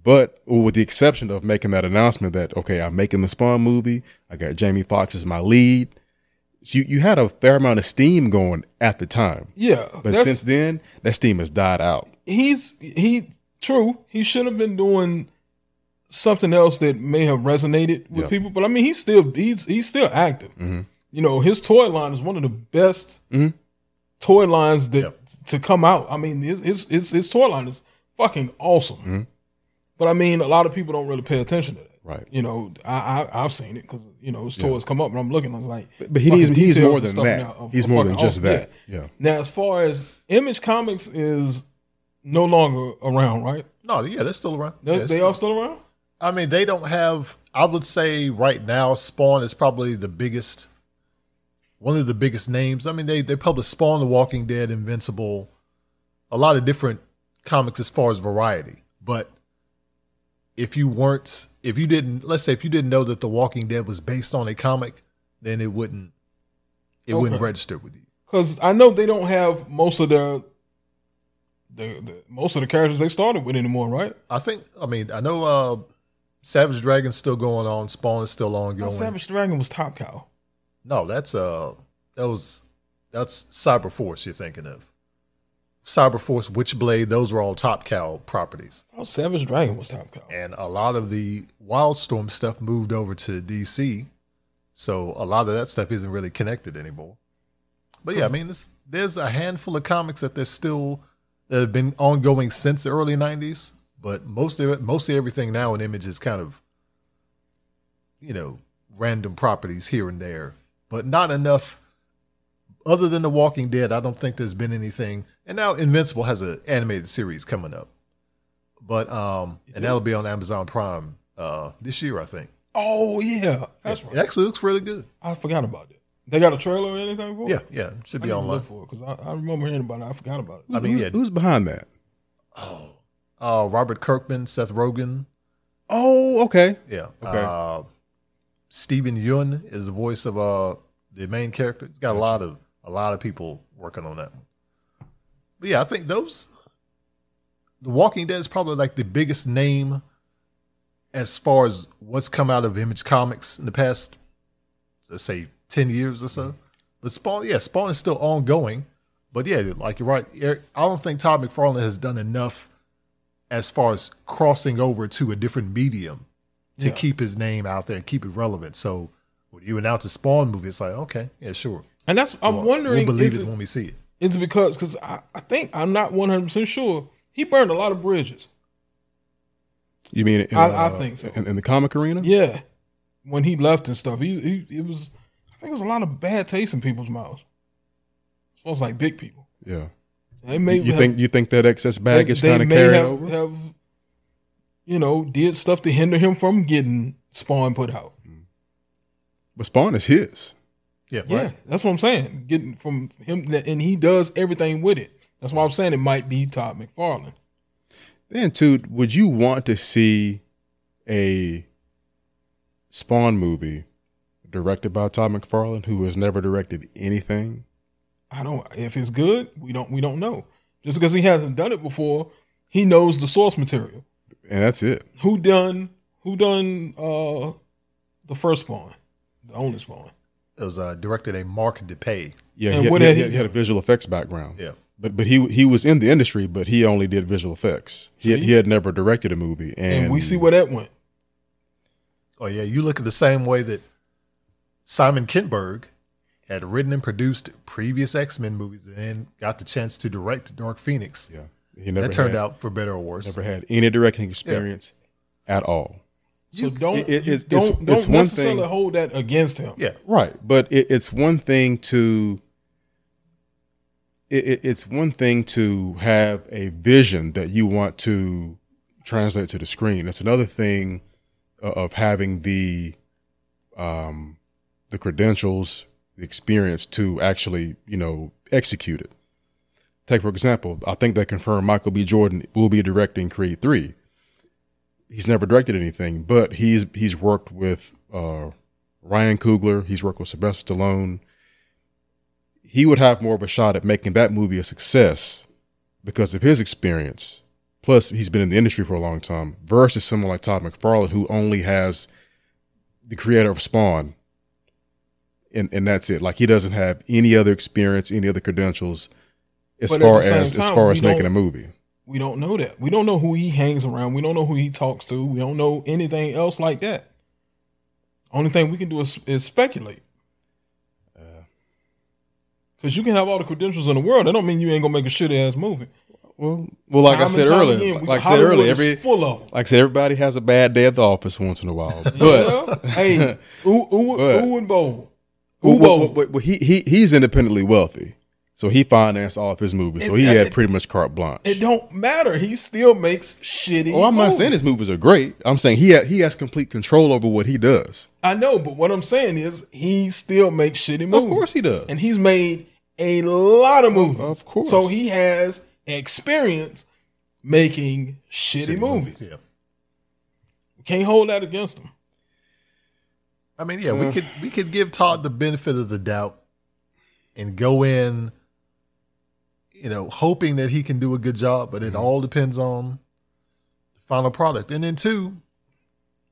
Speaker 2: But with the exception of making that announcement that, okay, I'm making the Spawn movie, I got Jamie Foxx as my lead. So you, you had a fair amount of steam going at the time.
Speaker 3: yeah,
Speaker 2: But
Speaker 3: that's-
Speaker 2: since then, that steam has died out.
Speaker 3: he's he true he should have been doing something else that may have resonated with
Speaker 2: Yeah.
Speaker 3: people but i mean he's still he's he's still active
Speaker 2: Mhm.
Speaker 3: you know his toy line is one of the best
Speaker 2: Mhm.
Speaker 3: toy lines that
Speaker 1: Yep.
Speaker 3: to come out i mean his his his, his toy line is fucking awesome
Speaker 2: Mhm.
Speaker 3: but i mean a lot of people don't really pay attention to that
Speaker 2: Right.
Speaker 3: you know i, I i've seen it because you know his toys come up and i'm looking i was like
Speaker 2: But, but he
Speaker 3: fucking
Speaker 2: needs he needs
Speaker 3: details
Speaker 2: more
Speaker 3: and
Speaker 2: than
Speaker 3: stuff
Speaker 2: that.
Speaker 3: now of-
Speaker 2: He's
Speaker 3: of
Speaker 2: more than
Speaker 3: fucking oh,
Speaker 2: just
Speaker 3: awesome.
Speaker 2: that. Yeah.
Speaker 3: now as far as image comics is no longer around right
Speaker 1: No, yeah, they're still around.
Speaker 3: they,
Speaker 1: Yeah,
Speaker 3: they are still around.
Speaker 1: I mean, they don't have. I would say right now, Spawn is probably the biggest, one of the biggest names. I mean, they they published Spawn, The Walking Dead, Invincible, a lot of different comics as far as variety. But if you weren't, if you didn't, let's say if you didn't know that The Walking Dead was based on a comic, then it wouldn't, it wouldn't
Speaker 3: Okay.
Speaker 1: register with you.
Speaker 3: Because I know they don't have most of the, the, the most of the characters they started with anymore, right?
Speaker 1: I think. I mean, I know uh, Savage Dragon's still going on. Spawn is still
Speaker 3: No,
Speaker 1: ongoing.
Speaker 3: Oh, Savage Dragon was Top Cow.
Speaker 1: No, that's uh that was that's Cyber Force you're thinking of. Cyber Force, Witchblade, those were all top cow properties.
Speaker 3: Oh, Savage Dragon was Top Cow.
Speaker 1: And a lot of the Wildstorm stuff moved over to DC. So a lot of that stuff isn't really connected anymore. But yeah, I mean this, there's a handful of comics that there's still that have been ongoing since the early nineties, but most of it mostly everything now in image is kind of you know, random properties here and there, but not enough. Other than The Walking Dead, I don't think there's been anything. And now Invincible has an animated series coming up, but um, and that'll be on Amazon Prime uh this year, I think.
Speaker 3: Oh yeah, that's right.
Speaker 1: It actually looks really good.
Speaker 3: I forgot about it. They got a trailer or anything for it?
Speaker 1: Yeah, yeah, it should
Speaker 3: I
Speaker 1: be
Speaker 3: need to
Speaker 1: online. Uh,
Speaker 3: look for it because I, I remember hearing about it. I forgot about it.
Speaker 1: I mean,
Speaker 2: who's,
Speaker 1: yeah.
Speaker 2: who's behind that?
Speaker 1: Oh, uh, Robert Kirkman, Seth Rogen,
Speaker 2: Oh, okay.
Speaker 1: yeah.
Speaker 2: Okay.
Speaker 1: Uh, Stephen Yun is the voice of uh the main character. It's got a lot of a lot of people working on that. one. But yeah, I think those The Walking Dead is probably like the biggest name as far as what's come out of Image Comics in the past, let's say, 10 years or so. But Spawn, yeah, Spawn is still ongoing. But yeah, like you're right. Eric- I don't think Todd McFarlane has done enough as far as crossing over to a different medium to
Speaker 3: Yeah.
Speaker 1: keep his name out there and keep it relevant. So when you announce a Spawn movie, it's like, okay, yeah, sure.
Speaker 3: And that's I'm
Speaker 1: We'll-
Speaker 3: wondering
Speaker 1: We'll believe
Speaker 3: is
Speaker 1: it,
Speaker 3: it-
Speaker 1: when we see it.
Speaker 3: It's because because I, I think I'm not 100 percent sure he burned a lot of bridges.
Speaker 2: You mean in, uh,
Speaker 3: I- I think so.
Speaker 2: in, in the comic arena?
Speaker 3: Yeah, when he left and stuff, he, he it was I think it was a lot of bad taste in people's mouths. As far as like big people,
Speaker 2: Yeah.
Speaker 3: they may
Speaker 2: you
Speaker 3: have-
Speaker 2: think you think that excess
Speaker 3: they-
Speaker 2: baggage
Speaker 3: they
Speaker 2: kind of
Speaker 3: may
Speaker 2: carried
Speaker 3: have,
Speaker 2: over?
Speaker 3: have you know did stuff to hinder him from getting Spawn put out.
Speaker 2: But Spawn is his.
Speaker 1: Yeah, right.
Speaker 3: Yeah, that's what I'm saying. Getting from him and he does everything with it. That's why I'm saying it might be Todd McFarlane.
Speaker 2: Then too, would you want to see a Spawn movie directed by Todd McFarlane, who has never directed anything?
Speaker 3: I don't. If it's good, we don't. We don't know. Just because he hasn't done it before, he knows the source material.
Speaker 2: And that's it.
Speaker 3: Who done? Who done? Uh, the first spawn, the only spawn.
Speaker 1: It was uh, directed a Mark DePay.
Speaker 2: Yeah,
Speaker 3: And
Speaker 2: he, had,
Speaker 3: what
Speaker 2: he
Speaker 3: had
Speaker 2: had-
Speaker 3: he
Speaker 2: he had a visual effects background.
Speaker 1: Yeah.
Speaker 2: But but he he was in the industry, but he only did visual effects. He had,
Speaker 3: See?
Speaker 2: he had never directed a movie, and,
Speaker 3: And, we see where that went.
Speaker 1: Oh yeah, you look at the same way that Simon Kinberg had written and produced previous X Men movies, and then got the chance to direct Dark Phoenix.
Speaker 2: yeah, he never
Speaker 1: that turned
Speaker 2: had-
Speaker 1: out for better or worse.
Speaker 2: never had any directing experience at all.
Speaker 3: So don't
Speaker 2: it- it-
Speaker 3: you
Speaker 2: it's-
Speaker 3: don't
Speaker 2: it's-
Speaker 3: don't
Speaker 2: it's one
Speaker 3: necessarily
Speaker 2: thing-
Speaker 3: hold that against him.
Speaker 1: Yeah,
Speaker 2: Right, but it, it's one thing to it, it- it's one thing to have a vision that you want to translate to the screen. It's another thing o- of having the um, the credentials, the experience to actually you know execute it. Take for example, I think they confirmed Michael B. Jordan will be directing Creed three. He's never directed anything, but he's he's worked with. Uh, Ryan Coogler, he's worked with Sylvester Stallone. He would have more of a shot at making that movie a success because of his experience. Plus, he's been in the industry for a long time versus someone like Todd McFarlane, who only has the creator of Spawn. And, and that's it. Like he doesn't have any other experience, any other credentials, as
Speaker 3: But at
Speaker 2: far
Speaker 3: the same
Speaker 2: as as
Speaker 3: time,
Speaker 2: far
Speaker 3: we
Speaker 2: as making
Speaker 3: don't-
Speaker 2: a movie.
Speaker 3: We don't know that. We don't know who he hangs around. We don't know who he talks to. We don't know anything else like that. Only thing we can do is, is speculate. Because you can have all the credentials in the world. That don't mean you ain't gonna make a shitty ass movie.
Speaker 2: Well, well, like I
Speaker 3: Time and
Speaker 2: said
Speaker 3: time
Speaker 2: earlier,
Speaker 3: again,
Speaker 2: like,
Speaker 3: we-
Speaker 2: I said earlier,
Speaker 3: Hollywood is
Speaker 2: every
Speaker 3: full of 'em.
Speaker 2: like I said, everybody has a bad day at the office once in a while, but.
Speaker 3: yeah. hey, ooh, ooh,
Speaker 2: But-
Speaker 3: ooh and bowl, ooh,
Speaker 2: Well, well,
Speaker 3: bowl.
Speaker 2: well, well, well, he, he he's independently wealthy, so he financed all of his movies. So
Speaker 3: It
Speaker 2: he had
Speaker 3: doesn't-
Speaker 2: pretty much carte blanche.
Speaker 3: It don't matter. He still makes shitty.
Speaker 2: Oh, I'm not
Speaker 3: movies.
Speaker 2: saying his movies are great. I'm saying he ha- he has complete control over what he does.
Speaker 3: I know, but what I'm saying is he still makes shitty movies.
Speaker 2: Of course he does.
Speaker 3: and he's made a lot of movies.
Speaker 2: of course.
Speaker 3: So he has experience making shitty,
Speaker 2: Shitty
Speaker 3: movies.
Speaker 1: yeah.
Speaker 3: Can't hold that against him.
Speaker 1: I mean, yeah,
Speaker 3: Mm.
Speaker 1: we could we could give Todd the benefit of the doubt and go in, you know, hoping that he can do a good job, but it
Speaker 3: Mm.
Speaker 1: all depends on the final product. And then two,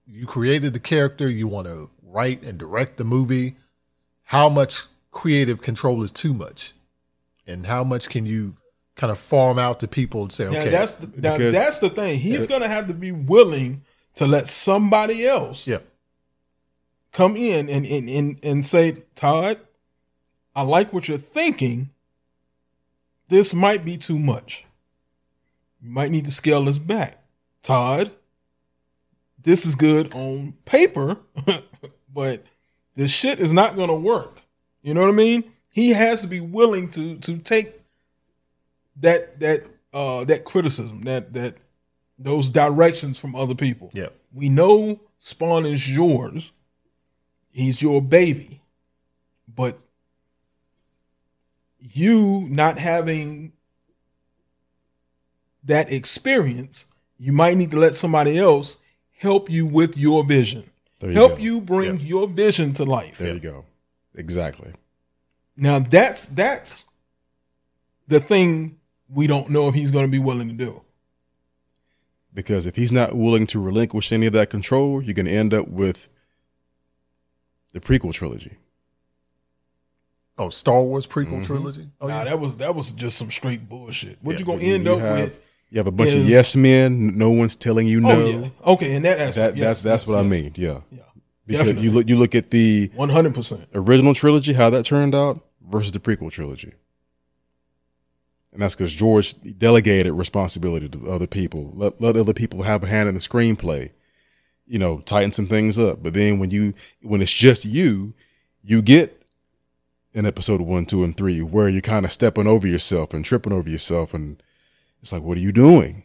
Speaker 1: you created the character, you want to write and direct the movie. How much creative control is too much? And how much can you kind of farm out to people and say,
Speaker 3: Now
Speaker 1: okay,
Speaker 3: that's the, now
Speaker 2: Because-
Speaker 3: that's the thing. He's gonna have to be willing to let somebody else
Speaker 1: yeah,
Speaker 3: come in and and, and and say, Todd, I like what you're thinking. This might be too much. You might need to scale this back. Todd, this is good on paper, but this shit is not gonna work. You know what I mean? He has to be willing to to take that that uh that criticism, that that those directions from other people.
Speaker 1: yeah,
Speaker 3: We know Spawn is yours. He's your baby. But you not having that experience, you might need to let somebody else help you with your vision.
Speaker 2: there you
Speaker 3: help
Speaker 2: go.
Speaker 3: you bring
Speaker 1: Yeah.
Speaker 3: your vision to life.
Speaker 2: There you go. Exactly.
Speaker 3: Now that's that's the thing we don't know if he's going to be willing to do.
Speaker 2: Because if he's not willing to relinquish any of that control, you're going to end up with the prequel trilogy.
Speaker 1: Oh, Star Wars prequel
Speaker 2: Mhm.
Speaker 1: trilogy. Oh
Speaker 3: Mm-hmm.
Speaker 1: yeah.
Speaker 3: nah, that was that was just some straight bullshit. What
Speaker 1: Yeah,
Speaker 3: you gonna
Speaker 2: You-
Speaker 3: end
Speaker 2: you
Speaker 3: up
Speaker 2: have,
Speaker 3: with?
Speaker 2: You have a bunch of
Speaker 3: is-
Speaker 2: yes men. No one's telling you no.
Speaker 3: Oh yeah. Okay, and that aspect.
Speaker 2: That,
Speaker 3: yes,
Speaker 2: that's that's
Speaker 3: yes,
Speaker 2: what I
Speaker 3: yes.
Speaker 2: mean. Yeah.
Speaker 3: Yeah.
Speaker 2: Because
Speaker 3: Definitely.
Speaker 2: you look you look at the
Speaker 3: One hundred percent.
Speaker 2: original trilogy, how that turned out versus the prequel trilogy. And that's because George delegated responsibility to other people, let, let other people have a hand in the screenplay, you know, tighten some things up. But then when you when it's just you, you get in episode one, two, and three where you're kind of stepping over yourself and tripping over yourself, and it's like, what are you doing?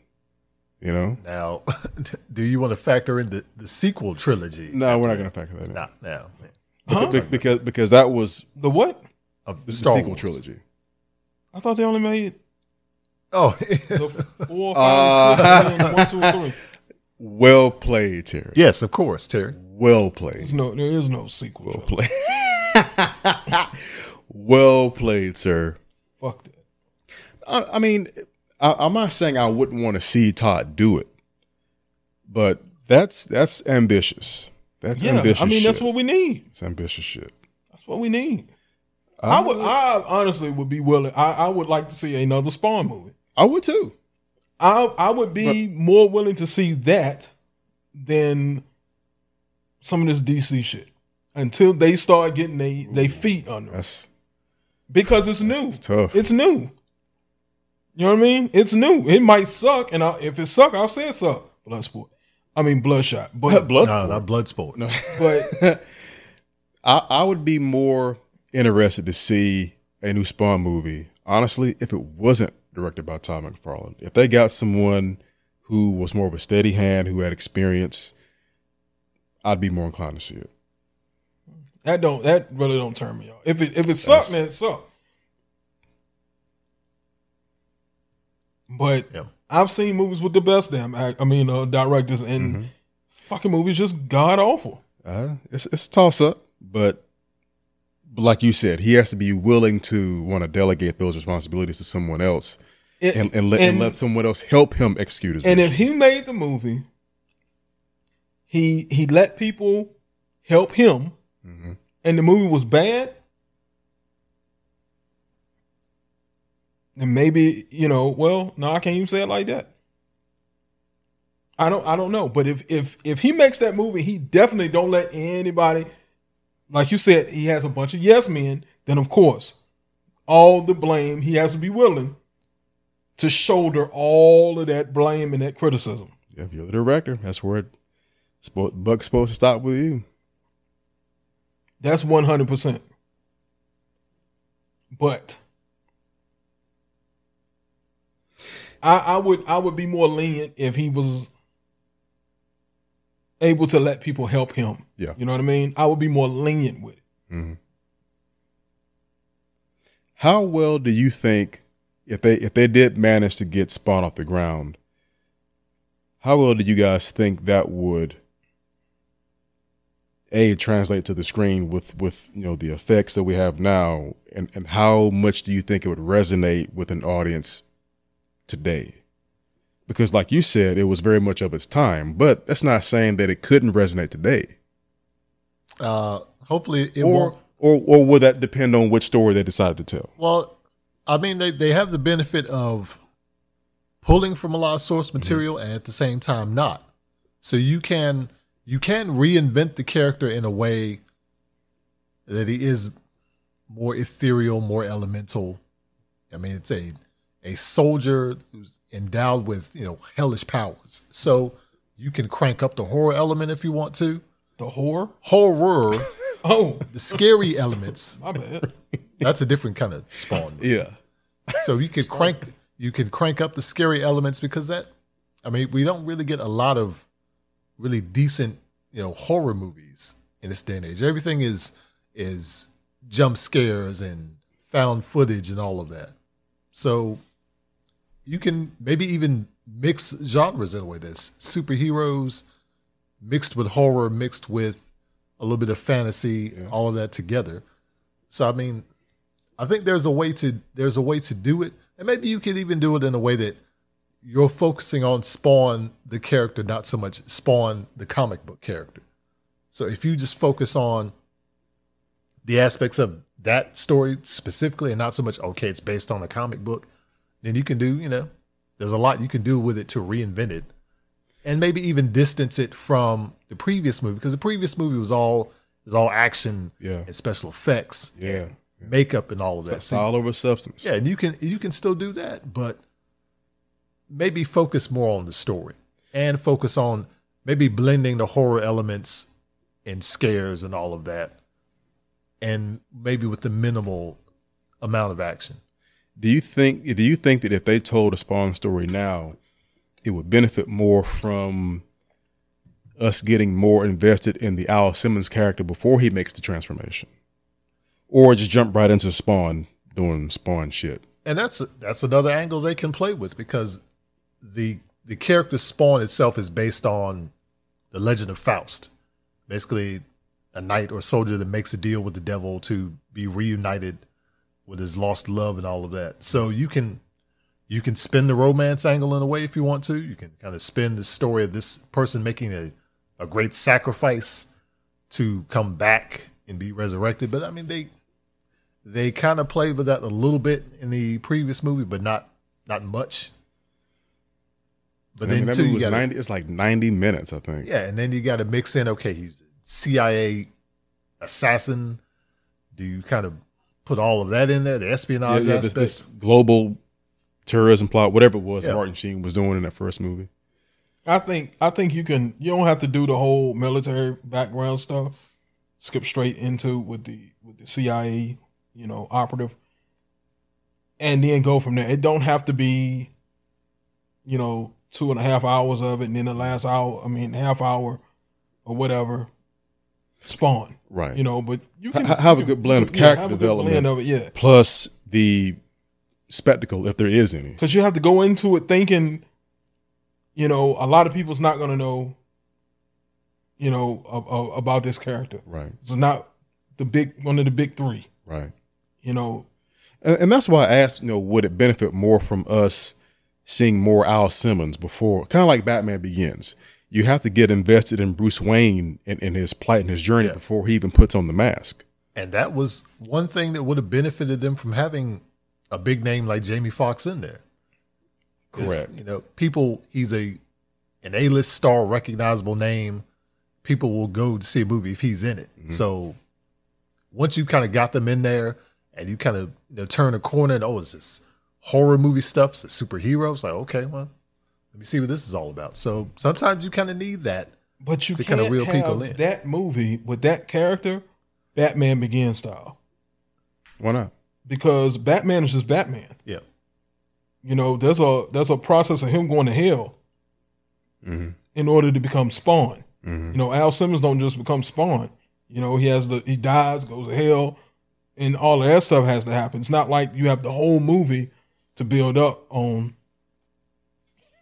Speaker 2: You know?
Speaker 1: Now, do you want to factor in the, the sequel trilogy?
Speaker 2: No, we're not going to factor that in
Speaker 1: Nah, no.
Speaker 3: Huh?
Speaker 2: Be- because because that was
Speaker 3: The what?
Speaker 1: Of
Speaker 2: the
Speaker 1: Star
Speaker 2: sequel
Speaker 1: Wars.
Speaker 2: trilogy.
Speaker 3: I thought they only made
Speaker 1: Oh,
Speaker 3: the four,
Speaker 2: Uh,
Speaker 3: five, six, and then one, two, and three.
Speaker 2: Well played, Terry.
Speaker 1: yes, of course, Terry.
Speaker 2: Well played.
Speaker 3: There's no, there is no sequel.
Speaker 2: Well
Speaker 3: trilogy.
Speaker 2: played. well played, sir.
Speaker 3: Fuck that.
Speaker 2: I, I mean, I, I'm not saying I wouldn't want to see Todd do it, but that's that's ambitious. That's
Speaker 3: yeah,
Speaker 2: ambitious.
Speaker 3: I mean that's
Speaker 2: shit.
Speaker 3: what we need.
Speaker 2: it's ambitious shit.
Speaker 3: That's what we need.
Speaker 2: Uh,
Speaker 3: I would. I honestly would be willing. I, I would like to see another Spawn movie.
Speaker 2: I would too.
Speaker 3: I I would be more willing to see that than some of this DC shit until they start getting they they feet under 'em.
Speaker 2: That's
Speaker 3: because it's new.
Speaker 2: it's tough.
Speaker 3: It's new. You know what I mean? It's new. It might suck, and I, if it suck, I'll say it suck. Bloodsport. I mean Bloodshot. But
Speaker 2: Bloodsport.
Speaker 1: no, not Bloodsport.
Speaker 2: No.
Speaker 3: but
Speaker 2: I, I would be more interested to see a new Spawn movie, honestly, if it wasn't directed by Todd McFarlane. If they got someone who was more of a steady hand, who had experience, I'd be more inclined to see it.
Speaker 3: that don't that really don't turn me off. If it if it suck,
Speaker 2: That's-
Speaker 3: then it suck. But
Speaker 1: Yeah.
Speaker 3: I've seen movies with the best damn act, I mean uh, directors and
Speaker 2: Mm-hmm.
Speaker 3: fucking movies just god awful.
Speaker 2: Uh, it's, it's a toss up, but, but like you said, he has to be willing to want to delegate those responsibilities to someone else
Speaker 3: It-
Speaker 2: and, and, let, and,
Speaker 3: And-
Speaker 2: let someone else help him execute his
Speaker 3: and if
Speaker 2: vision.
Speaker 3: he made the movie, he he let people help him,
Speaker 2: Mhm.
Speaker 3: and the movie was bad. And maybe you know, well, no, I can't even say it like that. I don't, I don't know. But if if if he makes that movie, he definitely don't let anybody. Like you said, he has a bunch of yes men. Then of course, all the blame he has to be willing to shoulder all of that blame and that criticism.
Speaker 2: If you're the director, that's where it, spo- Buck's supposed to stop with you.
Speaker 3: That's one hundred percent. But I, I would I would be more lenient if he was able to let people help him.
Speaker 2: Yeah.
Speaker 3: You know what I mean? I would be more lenient with it.
Speaker 2: hmm How well do you think if they if they did manage to get Spawn off the ground? How well do you guys think that would a translate to the screen with with you know the effects that we have now, and and how much do you think it would resonate with an audience today? Because like you said, it was very much of its time, but that's not saying that it couldn't resonate today
Speaker 1: Uh, hopefully, it
Speaker 2: or
Speaker 1: won't.
Speaker 2: or or will that depend on which story they decided to tell?
Speaker 1: Well, I mean, they, they have the benefit of pulling from a lot of source material and at the same time not. So you can you can reinvent the character in a way that he is more ethereal, more elemental. I mean, it's a a soldier who's endowed with you know hellish powers. So you can crank up the horror element if you want to.
Speaker 3: The whore?
Speaker 1: Horror,
Speaker 3: Oh,
Speaker 1: the scary elements.
Speaker 3: my bad.
Speaker 1: That's a different kind of spawn.
Speaker 2: Yeah,
Speaker 1: so you could crank you can crank up the scary elements because that i mean we don't really get a lot of really decent you know horror movies in this day and age everything is is jump scares and found footage and all of that so you can maybe even mix genres in a way there's superheroes mixed with horror mixed with a little bit of fantasy all of that together so i mean I think there's a way to there's a way to do it, and maybe you could even do it in a way that you're focusing on Spawn the character, not so much Spawn the comic book character. So if you just focus on the aspects of that story specifically and not so much okay it's based on a comic book then you can do you know there's a lot you can do with it to reinvent it and maybe even distance it from the previous movie because the previous movie was all was all action
Speaker 2: Yeah.
Speaker 1: and special effects
Speaker 2: Yeah.
Speaker 1: makeup and all of that
Speaker 2: That's
Speaker 1: so
Speaker 2: all over substance.
Speaker 1: yeah and you can you can still do that but maybe focus more on the story and focus on maybe blending the horror elements and scares and all of that and maybe with the minimal amount of action
Speaker 2: Do you think do you think that if they told a Spawn story now, it would benefit more from us getting more invested in the Al Simmons character before he makes the transformation? Or just jump right into Spawn doing Spawn shit.
Speaker 1: and that's that's another angle they can play with because the the character spawn itself is based on the legend of faust basically a knight or soldier that makes a deal with the devil to be reunited with his lost love and all of that so you can you can spin the romance angle in a way if you want to you can kind of spin the story of this person making a, a great sacrifice to come back and be resurrected but i mean they they kind of played with that a little bit in the previous movie, but not not much. But
Speaker 2: I mean,
Speaker 1: then
Speaker 2: that
Speaker 1: too,
Speaker 2: movie
Speaker 1: you
Speaker 2: was
Speaker 1: got
Speaker 2: 90, it's like 90 minutes, I think.
Speaker 1: yeah, and then you got to mix in okay, he's a CIA assassin. Do you kind of put all of that in there? The
Speaker 2: Yeah,
Speaker 1: espionage
Speaker 2: yeah, this,
Speaker 1: aspect.
Speaker 2: this global terrorism plot, whatever it was
Speaker 1: Yeah.
Speaker 2: Martin Sheen was doing in that first movie.
Speaker 3: I think I think you can. You don't have to do the whole military background stuff. Skip straight into with the with the CIA, you know, operative, and then go from there. It don't have to be, you know, two and a half hours of it, and then the last hour. I mean, half hour or whatever. Spawn,
Speaker 2: Right.
Speaker 3: you know, but you can
Speaker 2: Ha- have a
Speaker 3: you-
Speaker 2: good blend of
Speaker 3: yeah, have
Speaker 2: character
Speaker 3: a good
Speaker 2: development.
Speaker 3: blend of it, yeah.
Speaker 2: Plus the spectacle, if there is any.
Speaker 3: Because you have to go into it thinking, you know, a lot of people's not going to know, you know, a, a- about this character.
Speaker 2: Right,
Speaker 3: It's not the big one of the big three.
Speaker 2: right.
Speaker 3: You know,
Speaker 2: And, and that's why I asked, you know, would it benefit more from us seeing more Al Simmons before, kind of like Batman Begins? You have to get invested in Bruce Wayne and, and his plight and his journey
Speaker 1: Yeah.
Speaker 2: before he even puts on the mask.
Speaker 1: And that was one thing that would have benefited them from having a big name like Jamie Foxx in there. 'Cause,
Speaker 2: Correct.
Speaker 1: You know, people he's a an A list star, recognizable name. People will go to see a movie if he's in it. So once you kind of got them in there and you kind of you know, turn a corner and oh, it's this horror movie stuff, it's a superhero. It's like, okay, well, let me see what this is all about. So sometimes you kind of need that.
Speaker 3: but you
Speaker 1: To
Speaker 3: can't
Speaker 1: kinda reel
Speaker 3: have
Speaker 1: people in.
Speaker 3: that movie with that character, Batman Begins style,
Speaker 2: Why not?
Speaker 3: because Batman is just Batman.
Speaker 1: Yeah.
Speaker 3: You know, there's a there's a process of him going to hell
Speaker 2: Mm-hmm.
Speaker 3: in order to become Spawn.
Speaker 2: Mm-hmm.
Speaker 3: You know, Al Simmons don't just become Spawn. You know, he has the he dies, goes to hell, and all of that stuff has to happen. It's not like you have the whole movie to build up on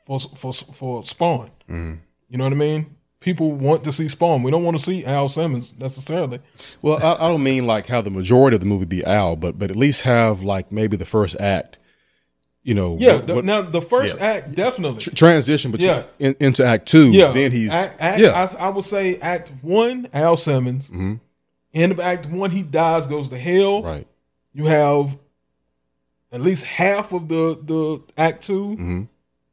Speaker 3: for for for Spawn.
Speaker 2: Mm-hmm.
Speaker 3: You know what I mean? People want to see Spawn. We don't want to see Al Simmons necessarily.
Speaker 2: Well, I, I don't mean like have the majority of the movie be Al, but but at least have like maybe the first act, you know,
Speaker 3: Yeah.
Speaker 2: what-
Speaker 3: the-
Speaker 2: what-
Speaker 3: now the first
Speaker 1: yeah.
Speaker 3: act definitely.
Speaker 2: tr- transition between
Speaker 3: Yeah.
Speaker 2: in, into Act Two.
Speaker 3: yeah.
Speaker 2: then he's
Speaker 3: act, act,
Speaker 2: yeah,
Speaker 3: I, I would say Act One, Al Simmons.
Speaker 2: Mhm.
Speaker 3: End of Act One, he dies, goes to hell.
Speaker 2: right.
Speaker 3: you have at least half of the the act 2
Speaker 2: Mhm.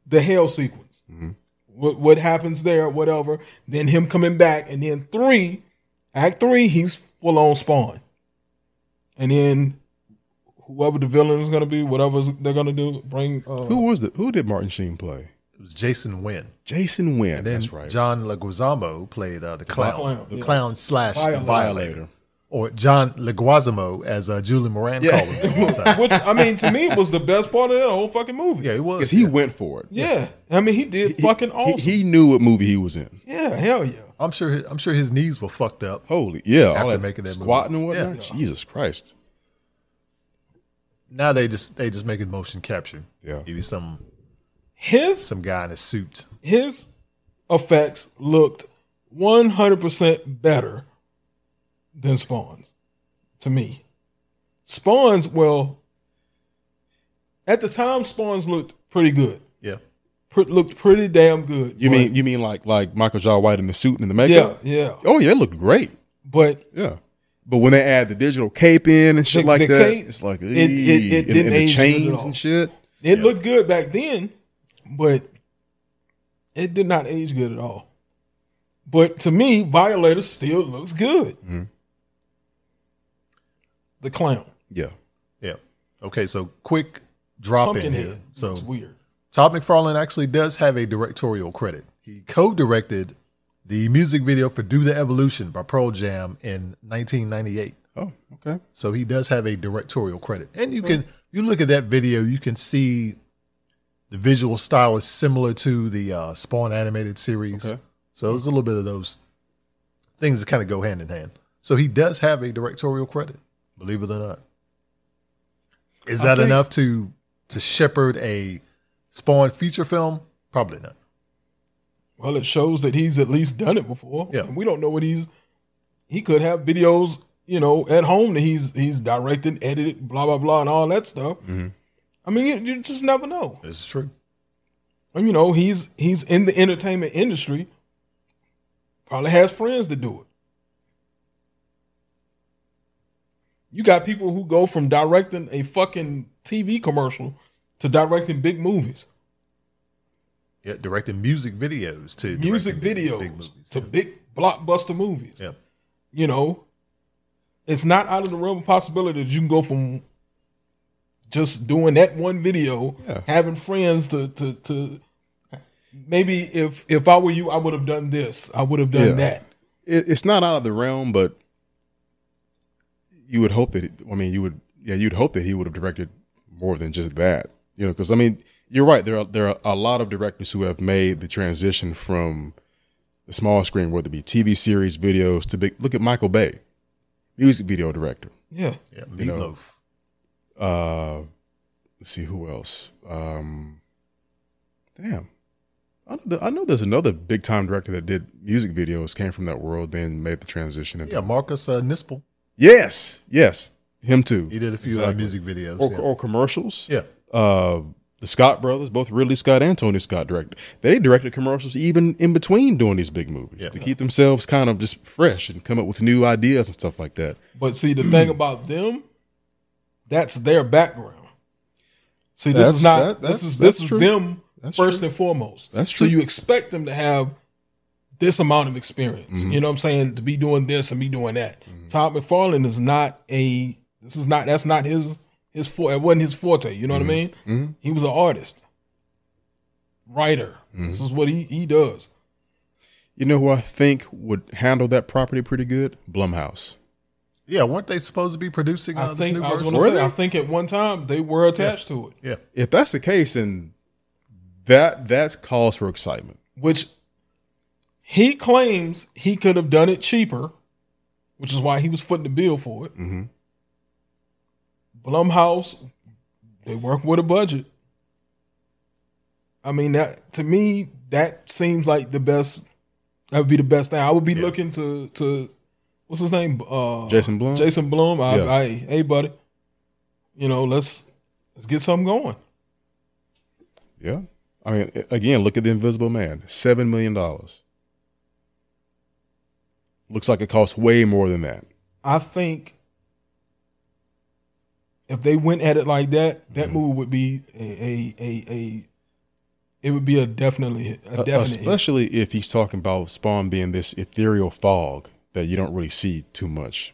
Speaker 3: the hell sequence
Speaker 2: Mhm.
Speaker 3: what what happens there whatever then him coming back and then three act three he's full on spawn and then whoever the villain is going to be whatever they're going to do bring uh,
Speaker 2: Who was the who did Martin Sheen play?
Speaker 1: It was Jason Wynn.
Speaker 2: Jason Wynn.
Speaker 1: And then
Speaker 2: That's right.
Speaker 1: John Leguizamo played uh, the clown, the
Speaker 3: clown,
Speaker 1: clown,
Speaker 3: yeah.
Speaker 1: slash
Speaker 3: Violator.
Speaker 1: violator. or John Leguizamo as uh, Julie Moran
Speaker 2: Yeah.
Speaker 1: called him. One time.
Speaker 3: which i mean to me was the best part of that whole fucking movie
Speaker 1: yeah, it
Speaker 2: Because
Speaker 1: was.
Speaker 2: he went for it.
Speaker 3: yeah, i mean he did
Speaker 2: He-
Speaker 3: fucking
Speaker 2: he-
Speaker 3: awesome
Speaker 2: He, knew what movie he was in.
Speaker 3: yeah hell yeah
Speaker 1: I'm sure. His, I'm sure his knees were fucked up.
Speaker 2: Holy yeah! all
Speaker 1: After
Speaker 2: that
Speaker 1: making that movie.
Speaker 2: squatting and whatnot.
Speaker 1: Yeah.
Speaker 2: Jesus Christ!
Speaker 1: Now they just they just making motion capture.
Speaker 2: Yeah.
Speaker 1: Maybe some
Speaker 3: his
Speaker 1: some guy in a suit.
Speaker 3: his effects looked 100% better than Spawn's to me. Spawn's, well, at the time, Spawn's looked pretty good.
Speaker 1: Yeah,
Speaker 3: pre- looked pretty damn good.
Speaker 2: You
Speaker 3: but-
Speaker 2: mean you mean like like Michael Jai White in the suit and in the
Speaker 3: yeah,
Speaker 2: makeup?
Speaker 3: yeah.
Speaker 2: Oh yeah, it looked great.
Speaker 3: But
Speaker 2: Yeah. But when they add the digital cape in and shit
Speaker 3: The-
Speaker 2: like
Speaker 3: the
Speaker 2: that,
Speaker 3: cape,
Speaker 2: it's like
Speaker 3: it- it- it
Speaker 2: "Ee," and-
Speaker 3: didn't
Speaker 2: and the
Speaker 3: age good at
Speaker 2: chains
Speaker 3: all.
Speaker 2: and shit.
Speaker 3: it
Speaker 1: Yeah.
Speaker 3: looked good back then, but it did not age good at all. But to me, Violator still looks good.
Speaker 1: Mm-hmm.
Speaker 2: Mhm.
Speaker 3: The clown,
Speaker 2: Yeah.
Speaker 1: Yeah. Okay, so quick drop in here.
Speaker 3: Pumpkinhead. So it's
Speaker 1: So
Speaker 3: weird.
Speaker 1: Todd McFarlane actually does have a directorial credit. He co-directed the music video for "Do the Evolution" by Pearl Jam in 1998.
Speaker 2: Oh, okay.
Speaker 1: So he does have a directorial credit. And you can
Speaker 2: Mm-hmm.
Speaker 1: you look at that video, you can see the visual style is similar to the uh, Spawn animated series.
Speaker 2: Okay.
Speaker 1: So there's a little bit of those things that kind of go hand in hand. So he does have a directorial credit, believe it or not. Is that
Speaker 2: Okay.
Speaker 1: enough to to shepherd a Spawn feature film? Probably not.
Speaker 3: Well, it shows that he's at least done it before.
Speaker 1: Yeah.
Speaker 3: And we don't know what he's he could have videos, you know, at home that he's he's directed, edited, blah blah blah, and all that stuff.
Speaker 1: Mm-hmm.
Speaker 2: Mhm.
Speaker 3: I mean, you, you just never know.
Speaker 1: This is true.
Speaker 3: And, you know, he's he's in the entertainment industry. Probably has friends to do it. You got people who go from directing a fucking TV commercial to directing big movies,
Speaker 1: Yeah, directing music videos to directing
Speaker 3: music
Speaker 1: big-
Speaker 3: videos,
Speaker 1: big movies.
Speaker 3: to big blockbuster movies.
Speaker 1: yeah.
Speaker 3: you know, it's not out of the realm of possibility that you can go from just doing that one video,
Speaker 2: Yeah.
Speaker 3: having friends to to to maybe if if I were you, I would have done this, I would have done
Speaker 2: Yeah.
Speaker 3: that.
Speaker 2: It, it's not out of the realm, but you would hope that. It, I mean, you would. Yeah, you'd hope that he would have directed more than just that. You know, because I mean, you're right. There are there are a lot of directors who have made the transition from the small screen, whether it be TV series, videos, to big. Look at Michael Bay, music video director.
Speaker 3: Yeah,
Speaker 1: Yeah,
Speaker 2: You know.
Speaker 1: Meatloaf.
Speaker 2: Uh, let's see who else. Um, damn, I know, th- I know there's another big time director that did music videos, came from that world, then made the transition. Into,
Speaker 1: Yeah, Marcus uh, Nispel.
Speaker 2: Yes, yes, him too.
Speaker 1: He did a few uh,
Speaker 2: Exactly.
Speaker 1: music videos.
Speaker 2: or,
Speaker 1: yeah.
Speaker 2: or commercials.
Speaker 1: yeah.
Speaker 2: Uh, the Scott brothers, both Ridley Scott and Tony Scott directed. They directed commercials even in between doing these big movies
Speaker 1: Yeah.
Speaker 2: to keep themselves kind of just fresh and come up with new ideas and stuff like that.
Speaker 3: but see the
Speaker 2: Mm.
Speaker 3: thing about them, that's their background. See, this
Speaker 2: That's-
Speaker 3: is not
Speaker 2: that-
Speaker 3: this
Speaker 2: that's-
Speaker 3: is
Speaker 2: that's
Speaker 3: this
Speaker 2: true.
Speaker 3: is them
Speaker 2: That's
Speaker 3: first
Speaker 2: true.
Speaker 3: and foremost.
Speaker 2: That's
Speaker 3: So
Speaker 2: true.
Speaker 3: you expect them to have this amount of experience.
Speaker 2: Mm-hmm.
Speaker 3: You know what I'm saying? To be doing this and be doing that. Todd McFarlane is not a this is not that's not his his for it wasn't his forte. You know what I mean?
Speaker 2: Mhm.
Speaker 3: He was an artist, writer. This
Speaker 2: Mm-hmm.
Speaker 3: is what he he does.
Speaker 2: You know who I think would handle that property pretty good? Blumhouse.
Speaker 1: Yeah, weren't they supposed to be producing uh,
Speaker 3: I
Speaker 1: this
Speaker 3: think
Speaker 1: new
Speaker 3: I
Speaker 1: version?
Speaker 3: was going to
Speaker 2: Were
Speaker 3: say
Speaker 2: they?
Speaker 3: I think at one time they were attached to it,
Speaker 1: yeah,
Speaker 2: If that's the case, then that that's cause for excitement.
Speaker 3: which he claims he could have done it cheaper, which is why he was footing the bill for it.
Speaker 2: Mm-hmm.
Speaker 3: Blumhouse, they work with a budget. I mean that to me that seems like the best. That would be the best thing. I would be
Speaker 1: Yeah.
Speaker 3: looking to to what's his name? Uh,
Speaker 2: Jason Blum.
Speaker 3: Jason Blum. I,
Speaker 2: Yeah.
Speaker 3: I, hey buddy, you know let's let's get something going.
Speaker 2: Yeah. I mean, a- again, look at the Invisible Man. Seven million dollars. Looks like it costs way more than that.
Speaker 3: I think if they went at it like that, that
Speaker 2: Mhm.
Speaker 3: movie would be a a a, a it would be a definitely hit, a
Speaker 2: Uh,
Speaker 3: definite hit.
Speaker 2: Especially if he's talking about Spawn being this ethereal fog that you don't really see too much.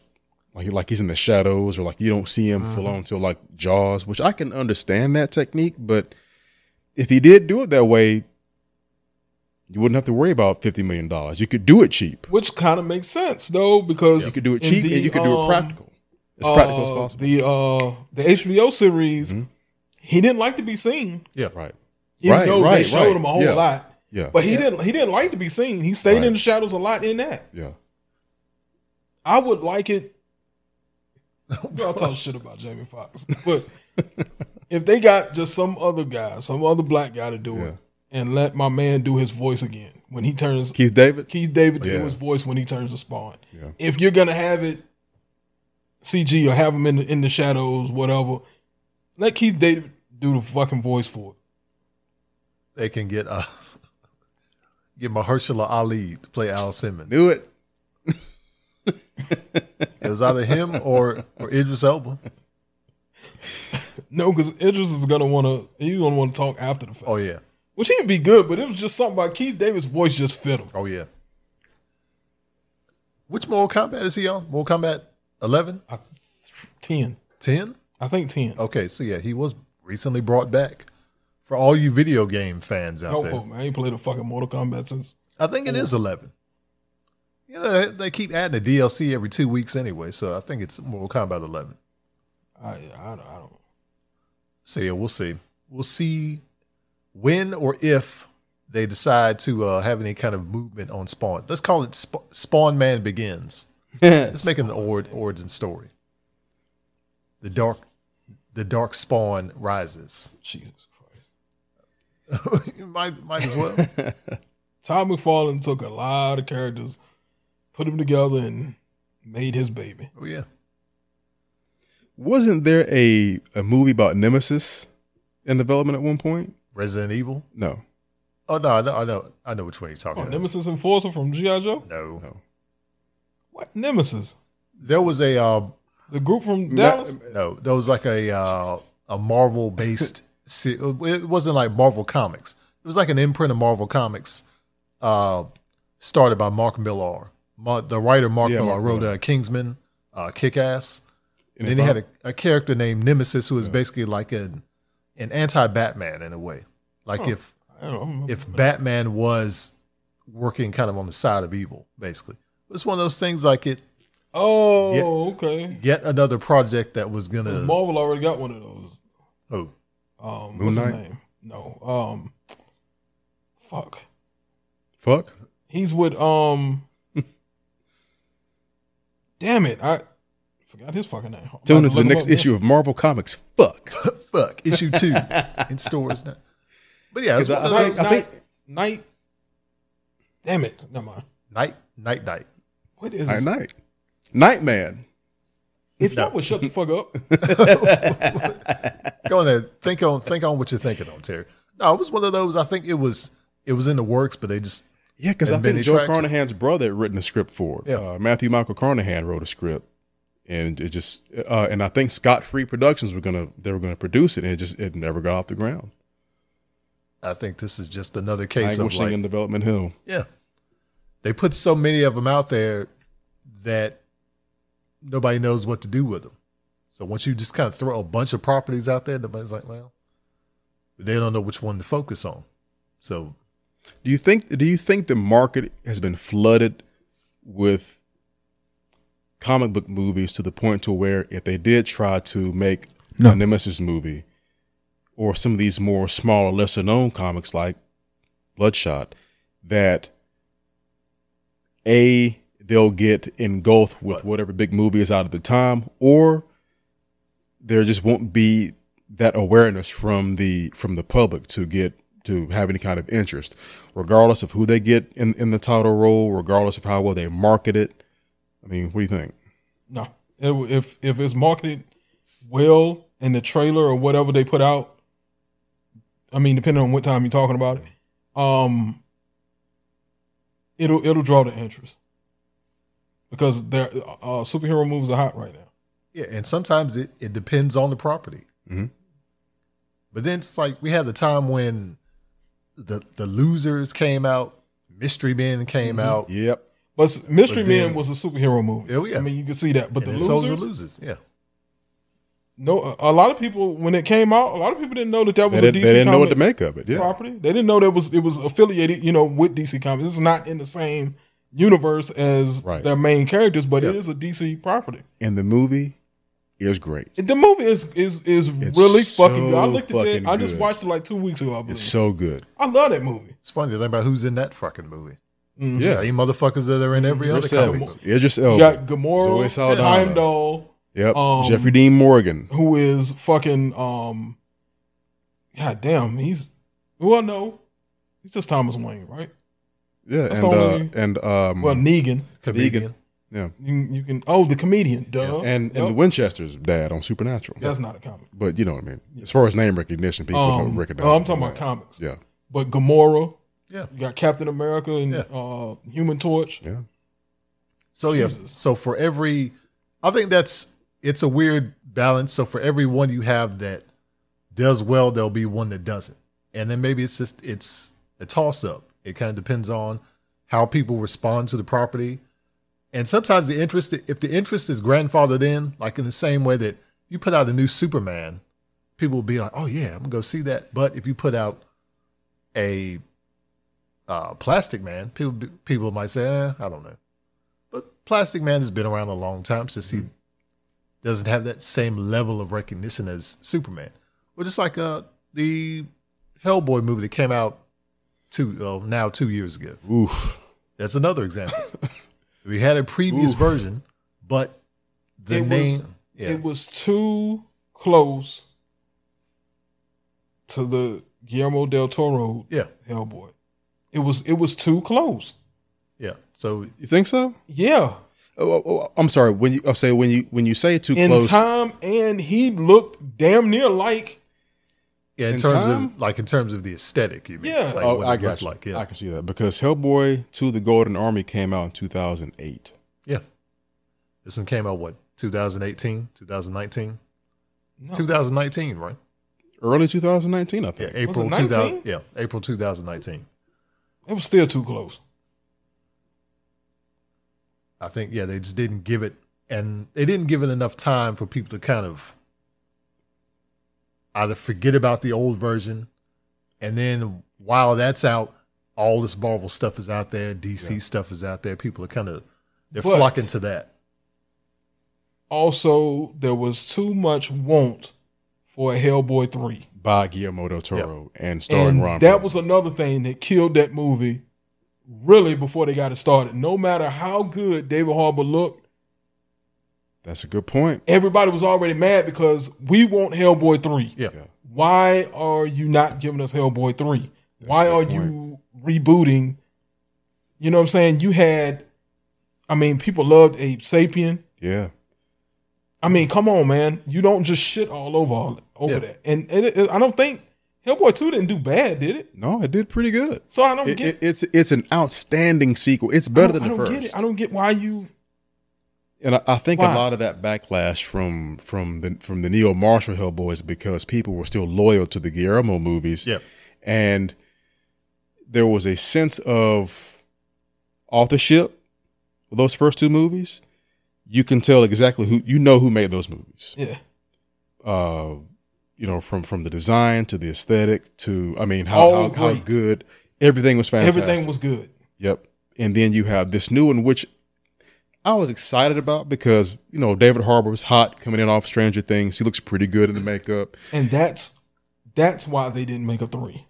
Speaker 2: Like, like he's in the shadows, or like you don't see him
Speaker 3: Uh-huh.
Speaker 2: full on till like Jaws, which I can understand that technique. But if he did do it that way, you wouldn't have to worry about fifty million dollars. You could do it cheap.
Speaker 3: Which kind of makes sense though, because
Speaker 2: You could do it
Speaker 3: in
Speaker 2: cheap,
Speaker 3: the,
Speaker 2: and you could do it
Speaker 3: um,
Speaker 2: practical, as practical as
Speaker 3: uh,
Speaker 2: possible.
Speaker 3: The uh, the HBO series,
Speaker 2: Mhm.
Speaker 3: he didn't like to be seen,
Speaker 1: yeah,
Speaker 2: right.
Speaker 3: even
Speaker 2: Right,
Speaker 3: though they
Speaker 2: right,
Speaker 3: showed
Speaker 2: right.
Speaker 3: him a whole
Speaker 2: Yeah.
Speaker 3: lot.
Speaker 2: Yeah.
Speaker 3: But he didn't he didn't like to be seen. He stayed
Speaker 2: Right.
Speaker 3: in the shadows a lot in that.
Speaker 2: yeah.
Speaker 3: I would like it. I'll talk shit about Jamie Foxx, but if they got just some other guy, some other black guy to do
Speaker 2: Yeah.
Speaker 3: it, and let my man do his voice again when he turns
Speaker 2: Keith David.
Speaker 3: Keith David to do
Speaker 2: Yeah.
Speaker 3: his voice when he turns to Spawn.
Speaker 2: Yeah.
Speaker 3: If you're gonna have it CG or have him in the, in the shadows, whatever, let Keith David do the fucking voice for it.
Speaker 1: they can get uh get Mahershala Ali to play Al Simmons.
Speaker 2: Do it.
Speaker 1: It was either him or or Idris Elba.
Speaker 3: No, because Idris is gonna want to. He's gonna want to talk after the fact,
Speaker 1: Oh yeah,
Speaker 3: which he'd be good. But it was just something about Keith Davis' voice just fit him.
Speaker 1: oh yeah. Which Mortal Kombat is he on? Mortal Kombat 11?
Speaker 3: I, ten,
Speaker 1: 10?
Speaker 3: I think ten.
Speaker 1: Okay, so yeah, he was recently brought back. For all you video game fans out
Speaker 3: No
Speaker 1: there,
Speaker 3: hope, man. I ain't played a fucking Mortal Kombat since.
Speaker 1: I think it is 11. You know, they- they keep adding a DLC every two weeks anyway, so I think it's Mortal Kombat 11.
Speaker 3: I, I, don't- I don't.
Speaker 1: So yeah, we'll see. We'll see when or if they decide to uh, have any kind of movement on Spawn. Let's call it Sp- Spawn Man Begins. Let's make it an or- origin story. The dark, the dark Spawn rises.
Speaker 3: Jesus Christ.
Speaker 1: You might might as well.
Speaker 3: Todd McFarlane took a lot of characters, put them together, and made his baby.
Speaker 1: oh yeah,
Speaker 2: Wasn't there a, a movie about Nemesis in development at one point?
Speaker 1: Resident Evil.
Speaker 2: No.
Speaker 1: Oh no, no, I know, I know which one you're talking
Speaker 3: Oh,
Speaker 1: about.
Speaker 3: Nemesis Enforcer from G.I. Joe?
Speaker 1: No,
Speaker 2: No.
Speaker 3: What? Nemesis?
Speaker 1: there was a uh,
Speaker 3: The group from Dallas?
Speaker 1: no, there was like a uh, a Marvel based. se- it wasn't like Marvel Comics. It was like an imprint of Marvel Comics, uh, started by Mark Millar. Ma- the writer Mark
Speaker 2: Yeah,
Speaker 1: Millar
Speaker 2: Mark
Speaker 1: wrote
Speaker 2: Millar.
Speaker 1: uh, Kingsman, uh, Kick Ass, and then
Speaker 2: And if
Speaker 1: he had
Speaker 2: I-
Speaker 1: a, a character named Nemesis, who is basically like an an anti Batman in a way. Like
Speaker 3: Huh.
Speaker 1: if
Speaker 3: I don't remember.
Speaker 1: if Batman was working kind of on the side of evil, basically. It's one of those things like it
Speaker 3: oh,
Speaker 1: Yeah.
Speaker 3: okay.
Speaker 1: yet another project that was gonna
Speaker 3: Marvel already got one of those.
Speaker 1: oh
Speaker 3: Um,
Speaker 2: Moon
Speaker 3: what's
Speaker 2: Knight?
Speaker 3: his name? No. Um, fuck.
Speaker 2: Fuck.
Speaker 3: He's with um. damn it! I forgot his fucking name. I'm
Speaker 2: Tune
Speaker 3: about
Speaker 2: into
Speaker 3: look
Speaker 2: the
Speaker 3: him
Speaker 2: next
Speaker 3: up now.
Speaker 2: issue of Marvel Comics. Fuck.
Speaker 1: fuck issue two in stores now. But yeah, it's
Speaker 2: 'Cause I-
Speaker 1: one of
Speaker 2: I
Speaker 1: those-
Speaker 3: Night,
Speaker 2: think-
Speaker 3: night,
Speaker 2: think-
Speaker 3: night. Damn it! Never mind.
Speaker 1: night night night.
Speaker 3: What is
Speaker 2: Night
Speaker 3: this?
Speaker 2: night. Nightman.
Speaker 3: If y'all would shut the fuck up,
Speaker 1: Go on there. Think on think on what you're thinking on Terry. No, it was one of those. I think it was it was in the works, but they just
Speaker 2: Yeah, because
Speaker 1: And
Speaker 2: I think
Speaker 1: Benny
Speaker 2: Joe
Speaker 1: Traxxas.
Speaker 2: Carnahan's brother had written a script for it.
Speaker 1: Yeah.
Speaker 2: Uh, Matthew Michael Carnahan wrote a script, and it just uh, and I think Scott Free Productions were gonna they were gonna produce it, and it just it never got off the ground.
Speaker 1: I think this is just another case of
Speaker 2: Languishing
Speaker 1: like
Speaker 2: in Development Hill.
Speaker 1: yeah, they put so many of them out there that nobody knows what to do with them. So once you just kind of throw a bunch of properties out there, nobody's like, well, they don't know which one to focus on. So
Speaker 2: Do you think do you think the market has been flooded with comic book movies to the point to where if they did try to make
Speaker 3: No.
Speaker 2: a Nemesis movie or some of these more smaller, lesser known comics like Bloodshot, that A, they'll get engulfed with whatever big movie is out at the time, or there just won't be that awareness from the from the public to get to have any kind of interest, regardless of who they get in, in the title role, regardless of how well they market it. I mean, what do you think?
Speaker 3: no. It, w- if if it's marketed well in the trailer or whatever they put out, I mean, depending on what time you're talking about it, um, it'll it'll draw the interest because there uh, superhero movies are hot right now.
Speaker 1: Yeah, and sometimes it, it depends on the property.
Speaker 3: Mm-hmm.
Speaker 2: Mhm.
Speaker 1: But then it's like we had the time when the the losers came out, Mystery Men came
Speaker 3: Mm-hmm.
Speaker 1: out.
Speaker 2: Yep.
Speaker 3: But s- Mystery
Speaker 1: But then-
Speaker 3: Men was a superhero movie.
Speaker 1: Oh, yeah.
Speaker 3: I mean, you can see that. But
Speaker 1: and
Speaker 3: the
Speaker 1: it sold
Speaker 3: losers,
Speaker 1: losers. Yeah.
Speaker 3: no, a- a lot of people when it came out, a lot of people didn't know that that
Speaker 2: They,
Speaker 3: was
Speaker 2: didn't-
Speaker 3: a
Speaker 2: they
Speaker 3: DC
Speaker 2: didn't know what
Speaker 3: comic
Speaker 2: to make of it. Yeah.
Speaker 3: property. They didn't know that was it was affiliated, you know, with DC Comics. It's not in the same universe as
Speaker 2: Right.
Speaker 3: their main characters, but it
Speaker 1: Yeah.
Speaker 3: is a DC property.
Speaker 2: And the movie is great.
Speaker 3: The movie is is is
Speaker 2: It's
Speaker 3: really
Speaker 2: so
Speaker 3: fucking good. I looked at
Speaker 2: fucking
Speaker 3: that. I just
Speaker 2: good.
Speaker 3: watched it like two weeks ago. I believe.
Speaker 2: It's so good.
Speaker 3: I love that movie.
Speaker 1: It's funny to think about who's in that fucking movie.
Speaker 3: Mm.
Speaker 2: Yeah.
Speaker 1: Same motherfuckers that are in every
Speaker 3: Mm-hmm.
Speaker 1: other
Speaker 2: Idris Elba.
Speaker 1: comic.
Speaker 2: Idris
Speaker 3: You
Speaker 2: Elba.
Speaker 3: got
Speaker 2: Zoe
Speaker 3: Gamora,
Speaker 2: Saldana.
Speaker 3: Heimdall,
Speaker 2: Yep.
Speaker 3: Um,
Speaker 2: Jeffrey Dean Morgan.
Speaker 3: who is fucking um. God damn, he's well no, he's just Thomas Wayne, right?
Speaker 2: Mm-hmm. Yeah.
Speaker 3: that's
Speaker 2: And uh,
Speaker 3: only-
Speaker 2: and um
Speaker 3: Well, Negan.
Speaker 1: Comedian.
Speaker 2: yeah.
Speaker 3: You, can- you can oh the comedian, duh.
Speaker 1: Yeah.
Speaker 2: And and
Speaker 3: Yep.
Speaker 2: the Winchester's dad on Supernatural.
Speaker 3: that's not a comic.
Speaker 2: But you know what I mean. As far as name recognition, people
Speaker 3: Um,
Speaker 2: don't recognize.
Speaker 3: oh, I'm
Speaker 2: him
Speaker 3: talking
Speaker 2: from
Speaker 3: about comics.
Speaker 2: that. Yeah.
Speaker 3: But Gamora,
Speaker 1: Yeah.
Speaker 3: you got Captain America and
Speaker 1: Yeah.
Speaker 3: uh, Human Torch.
Speaker 2: Yeah.
Speaker 1: So yeah,
Speaker 3: Jesus.
Speaker 1: so for every, I think that's it's a weird balance. So for every one you have that does well, there'll be one that doesn't, and then maybe it's just it's a toss up. It kind of depends on how people respond to the property, and sometimes the interest if the interest is grandfathered in, like in the same way that you put out a new Superman, people will be like, oh yeah, I'm gonna go see that. But if you put out a uh, Plastic Man, people people might say, eh, I don't know. But Plastic Man has been around a long time since he doesn't have that same level of recognition as Superman. Well, just like uh, the Hellboy movie that came out two oh, now two years ago.
Speaker 2: Oof.
Speaker 1: That's another example. we had a previous
Speaker 2: Oof.
Speaker 1: version, but the
Speaker 3: It was-
Speaker 1: name yeah,
Speaker 3: It was too close to the Guillermo del Toro
Speaker 1: yeah,
Speaker 3: Hellboy. It was it was too close.
Speaker 1: yeah. So
Speaker 2: You think so?
Speaker 3: Yeah,
Speaker 2: Oh, oh, oh, I'm sorry. When you I'll say when you when you say too
Speaker 3: in
Speaker 2: close.
Speaker 3: time, and he looked damn near like
Speaker 1: yeah, in,
Speaker 2: In
Speaker 1: terms
Speaker 2: time?
Speaker 1: of like in terms of the aesthetic, you mean?
Speaker 3: Yeah.
Speaker 1: like,
Speaker 2: oh,
Speaker 1: what
Speaker 2: I
Speaker 1: it looked
Speaker 2: got you.
Speaker 1: like yeah,
Speaker 2: I can see that because Hellboy to the Golden Army came out in 2008.
Speaker 1: yeah. This one came out what 2018, 2019,
Speaker 3: No.
Speaker 1: 2019, right?
Speaker 2: Early 2019, I
Speaker 1: Yeah,
Speaker 2: think.
Speaker 1: April
Speaker 3: 19?
Speaker 1: 2000. Yeah, April 2019.
Speaker 3: It was still too close.
Speaker 1: I think yeah, they just didn't give it and they didn't give it enough time for people to kind of either forget about the old version and then while that's out, all this Marvel stuff is out there, DC stuff is out there. People are kind of they're
Speaker 3: But-
Speaker 1: flocking to that.
Speaker 3: Also, there was too much want for a Hellboy three,
Speaker 2: By Guillermo del Toro and starring
Speaker 3: and
Speaker 2: Ron.
Speaker 3: that
Speaker 2: Perlman.
Speaker 3: was another thing that killed that movie. Really, before they got it started, no matter how good David Harbour looked,
Speaker 2: That's a good point.
Speaker 3: everybody was already mad because we want Hellboy three.
Speaker 1: Yeah.
Speaker 2: Yeah.
Speaker 3: Why are you not giving us Hellboy three?
Speaker 2: That's
Speaker 3: Why
Speaker 2: a
Speaker 3: are
Speaker 2: good
Speaker 3: you rebooting? You know what I'm saying? You had, I mean, people loved Abe Sapien.
Speaker 2: Yeah.
Speaker 3: I mean, come on, man. You don't just shit all over all, over
Speaker 1: Yeah.
Speaker 3: that. And, and it, it- I don't think Hellboy 2 didn't do bad, did it?
Speaker 2: No, it did pretty good.
Speaker 3: So I don't
Speaker 2: It,
Speaker 3: get
Speaker 2: it, it's it's an outstanding sequel. It's better
Speaker 3: I
Speaker 2: than
Speaker 3: don't,
Speaker 2: the
Speaker 3: I don't
Speaker 2: first.
Speaker 3: get it. I don't get why you
Speaker 2: And I, I think
Speaker 3: Why?
Speaker 2: a lot of that backlash from from the from the Neil Marshall Hellboys because people were still loyal to the Guillermo movies.
Speaker 1: Yeah.
Speaker 2: And there was a sense of authorship with those first two movies. You can tell exactly who you know who made those movies.
Speaker 3: Yeah.
Speaker 2: Uh you know, from from the design to the aesthetic to I mean how
Speaker 3: All
Speaker 2: how, how
Speaker 3: Oh, great.
Speaker 2: good everything was fantastic.
Speaker 3: Everything was good.
Speaker 2: Yep. And then you have this new one, which I was excited about because, you know, David Harbour was hot coming in off Stranger Things. He looks pretty good in the makeup.
Speaker 3: And that's that's why they didn't make a three.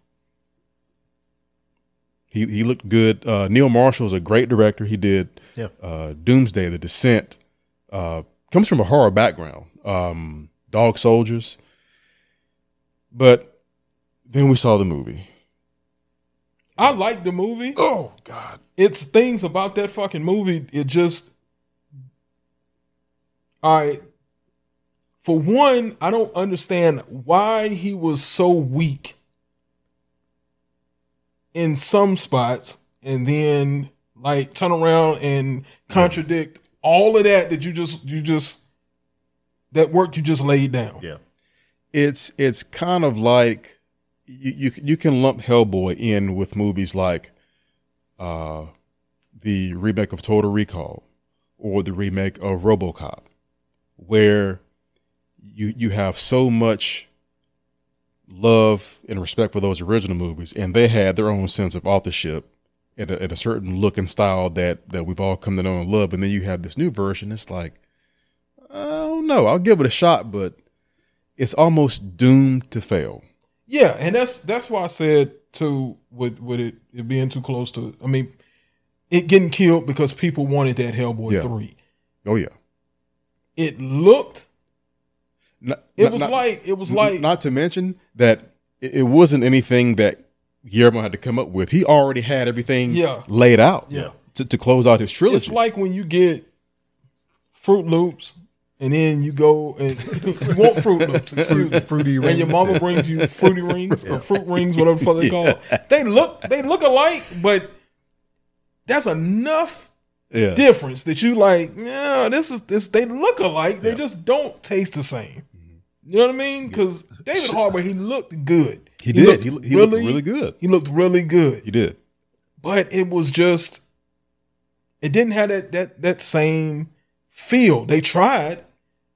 Speaker 2: He, he looked good. Uh, Neil Marshall is a great director. He did
Speaker 1: Yeah.
Speaker 2: uh, Doomsday, The Descent. Uh, comes from a horror background, um, Dog Soldiers. But then we saw the movie.
Speaker 3: I like the movie.
Speaker 2: Oh, God.
Speaker 3: It's things about that fucking movie. It just I for one, I don't understand why he was so weak in some spots and then like turn around and contradict all of that that you just you just that work you just laid down.
Speaker 1: Yeah.
Speaker 2: it's it's kind of like you you, you can lump Hellboy in with movies like uh, the remake of Total Recall or the remake of RoboCop, where you you have so much love and respect for those original movies, and they had their own sense of authorship and a, and a certain look and style that that we've all come to know and love, and then you have this new version. It's like I don't know. I'll give it a shot, but it's almost doomed to fail.
Speaker 3: Yeah, and that's that's why I said too with with it, it being too close to I mean it getting killed because people wanted that Hellboy
Speaker 2: Yeah.
Speaker 3: 3.
Speaker 2: Oh yeah,
Speaker 3: It looked
Speaker 2: Not-
Speaker 3: it
Speaker 2: not-
Speaker 3: was
Speaker 2: not-
Speaker 3: like it was
Speaker 2: n-
Speaker 3: like
Speaker 2: not to mention that it, it wasn't anything that Guillermo had to come up with. He already had everything
Speaker 3: Yeah.
Speaker 2: laid out
Speaker 3: Yeah.
Speaker 2: to, to close out his trilogy.
Speaker 3: it's like when you get Fruit Loops and then you go and you want Fruit Loops, excuse me.
Speaker 1: Fruity
Speaker 3: And your
Speaker 1: rings.
Speaker 3: mama brings you fruity rings or fruit rings, whatever the fuck they call. it. They look they look alike, but that's enough
Speaker 2: Yeah.
Speaker 3: difference that you like, no, this is this they look alike. They just don't taste the same.
Speaker 2: Mm-hmm.
Speaker 3: You know what I mean? Because David Harbour, he looked good.
Speaker 2: He did.
Speaker 3: looked
Speaker 2: He, looked he looked really good.
Speaker 3: He looked really good.
Speaker 2: He did.
Speaker 3: But it was just it didn't have that that that same feel. They tried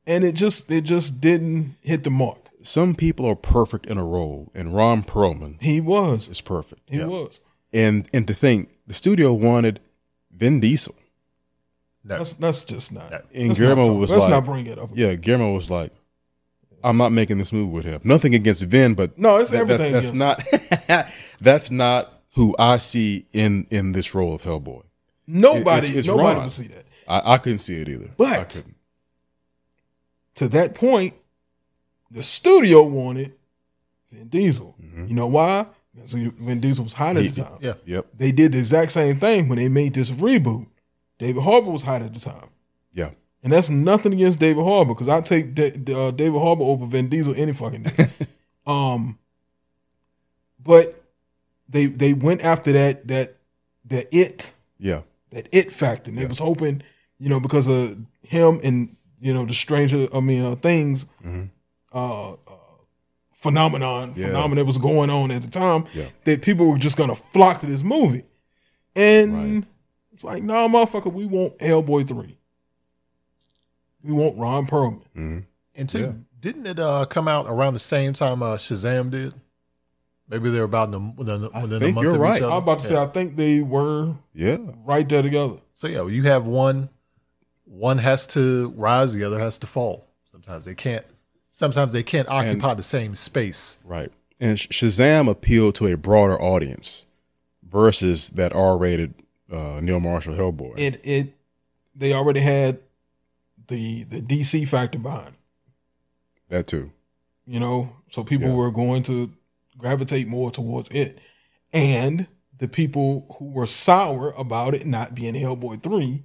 Speaker 3: and it just it just didn't hit the mark.
Speaker 2: Some people are perfect in a role, and Ron Perlman
Speaker 3: He was.
Speaker 2: is perfect.
Speaker 3: He
Speaker 2: Yeah.
Speaker 3: was.
Speaker 2: And and to think the studio wanted Vin Diesel.
Speaker 1: No.
Speaker 3: That's that's just not.
Speaker 1: And
Speaker 2: And
Speaker 3: let's
Speaker 2: Guillermo
Speaker 3: not talk-
Speaker 2: was
Speaker 3: let's
Speaker 2: like
Speaker 3: not bring it up.
Speaker 2: Yeah, Guillermo was like, I'm not making this movie with him. Nothing against Vin, but
Speaker 3: No, it's
Speaker 2: that-
Speaker 3: everything.
Speaker 2: that's,
Speaker 3: against-
Speaker 2: that's not that's not who I see in in this role of Hellboy.
Speaker 3: nobody
Speaker 2: it's- it's
Speaker 3: nobody
Speaker 2: wrong.
Speaker 3: would see that.
Speaker 2: I, I couldn't see it either. I
Speaker 3: But-
Speaker 2: couldn't.
Speaker 3: to that point, the studio wanted Vin Diesel.
Speaker 2: Mhm.
Speaker 3: You know why? Because he- Vin Diesel was hot at
Speaker 2: He-
Speaker 3: the time.
Speaker 1: yeah.
Speaker 2: Yep.
Speaker 3: They did the exact same thing when they made this reboot. David Harbour was hot at the time.
Speaker 2: Yeah.
Speaker 3: And that's nothing against David Harbour because I take Da- Da- uh, David Harbour over Vin Diesel any fucking day. um, but they they went after that that that it
Speaker 2: Yeah.
Speaker 3: that it factor. And They
Speaker 2: Yeah.
Speaker 3: was hoping, you know, because of him and you know the Stranger, I mean, uh, things
Speaker 2: hmm
Speaker 3: uh, uh, phenomenon
Speaker 2: Yeah.
Speaker 3: phenomenon that was going on at the time
Speaker 2: Yeah.
Speaker 3: that people were just gonna flock to this movie, and
Speaker 2: Right.
Speaker 3: it's like, nah, motherfucker, we want Hellboy three. We want Ron Perlman.
Speaker 2: hmm
Speaker 1: And two,
Speaker 2: Yeah.
Speaker 1: didn't it uh, come out around the same time uh, Shazam did? Maybe they're about in the, within,
Speaker 2: I
Speaker 1: within a
Speaker 2: think
Speaker 1: month
Speaker 2: you're
Speaker 1: of
Speaker 2: right.
Speaker 1: each other.
Speaker 3: I'm about to
Speaker 1: Yeah.
Speaker 3: say, I think they were
Speaker 2: Yeah.
Speaker 3: right there together.
Speaker 1: So yeah, you have one one has to rise, the other has to fall. Sometimes they can't sometimes they can't occupy the same space.
Speaker 2: Right. And Sh- Shazam appealed to a broader audience versus that R-rated uh, Neil Marshall Hellboy.
Speaker 3: It it they already had the the DC factor behind. it.
Speaker 2: that too.
Speaker 3: you know so people
Speaker 2: Yeah.
Speaker 3: were going to gravitate more towards it and the people who were sour about it not being hellboy 3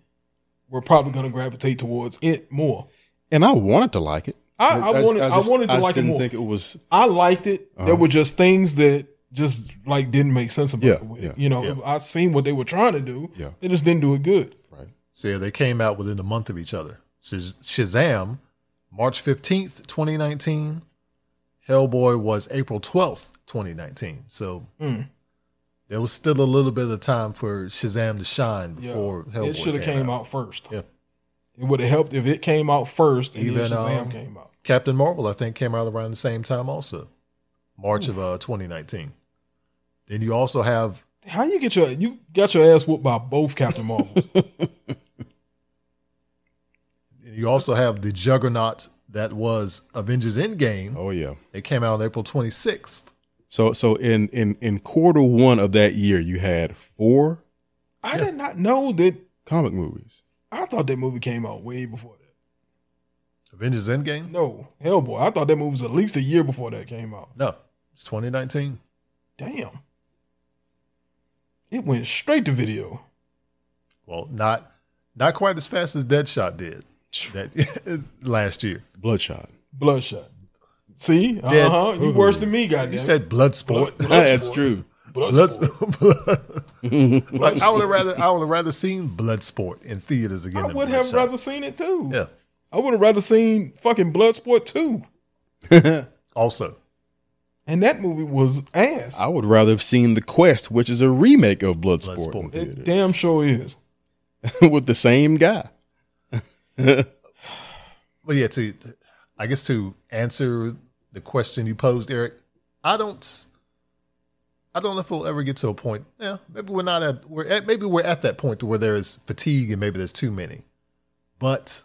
Speaker 3: were probably going to gravitate towards it more
Speaker 2: And I wanted to like it.
Speaker 3: i, I, wanted i,
Speaker 2: just-
Speaker 3: wanted to
Speaker 2: I just
Speaker 3: like it
Speaker 2: didn't
Speaker 3: more
Speaker 2: think it was.
Speaker 3: i liked it
Speaker 2: Uh-huh.
Speaker 3: there were just things that just like didn't make sense about
Speaker 2: Yeah,
Speaker 3: it with it.
Speaker 2: yeah,
Speaker 3: you know
Speaker 1: yeah.
Speaker 3: i seen what they were trying to do
Speaker 2: Yeah.
Speaker 3: they just didn't do it good
Speaker 2: Right.
Speaker 1: So yeah, they came out within a month of each other. Shaz- Shazam, March fifteenth, twenty nineteen. Hellboy was April twelfth, twenty nineteen. So
Speaker 3: Mm.
Speaker 1: there was still a little bit of time for Shazam to shine
Speaker 3: yeah
Speaker 1: before Hellboy.
Speaker 3: it should have came out. first
Speaker 1: Yeah.
Speaker 3: it would have helped if it came out first and
Speaker 1: Even,
Speaker 3: then shazam
Speaker 1: um,
Speaker 3: came out
Speaker 1: Captain Marvel, I think, came out around the same time also, March
Speaker 3: Hmm.
Speaker 1: of uh, 2019. Then you also have
Speaker 3: How you get your you got your ass whooped by both Captain Marvel?
Speaker 1: you also have the juggernaut that was Avengers Endgame.
Speaker 2: Oh yeah.
Speaker 1: It came out on April 26th.
Speaker 2: So so in in in quarter one of that year, you had four
Speaker 3: I did not know that.
Speaker 2: comic movies.
Speaker 3: I thought that movie came out way before that.
Speaker 1: Avengers Endgame?
Speaker 3: No, Hellboy. I thought that movie was at least a year before that came out.
Speaker 1: No, it's 2019.
Speaker 3: Damn, it went straight to video.
Speaker 1: Well, not not quite as fast as Deadshot did that last year.
Speaker 2: Bloodshot.
Speaker 3: Bloodshot. See,
Speaker 1: Dead.
Speaker 3: uh huh. You worse than me, goddamn.
Speaker 1: You said Bloodsport.
Speaker 3: Blood-
Speaker 2: That's true.
Speaker 1: Blood,
Speaker 3: Bloodsport.
Speaker 1: like, I would have rather I would have rather seen Bloodsport in theaters again.
Speaker 3: I
Speaker 1: than
Speaker 3: would have
Speaker 1: Bloodshot.
Speaker 3: rather seen it too.
Speaker 1: Yeah.
Speaker 3: I would have rather seen fucking Bloodsport too.
Speaker 1: Also,
Speaker 3: And that movie was ass.
Speaker 2: I would rather have seen The Quest, which is a remake of Bloodsport, in
Speaker 1: Bloodsport.
Speaker 3: it
Speaker 2: theaters.
Speaker 3: damn sure is.
Speaker 2: with the same guy.
Speaker 1: Well, yeah, to I guess to answer the question you posed, Eric, I don't, I don't know if we'll ever get to a point. Yeah, maybe we're not at we're at maybe we're at that point to where there is fatigue and maybe there's too many, but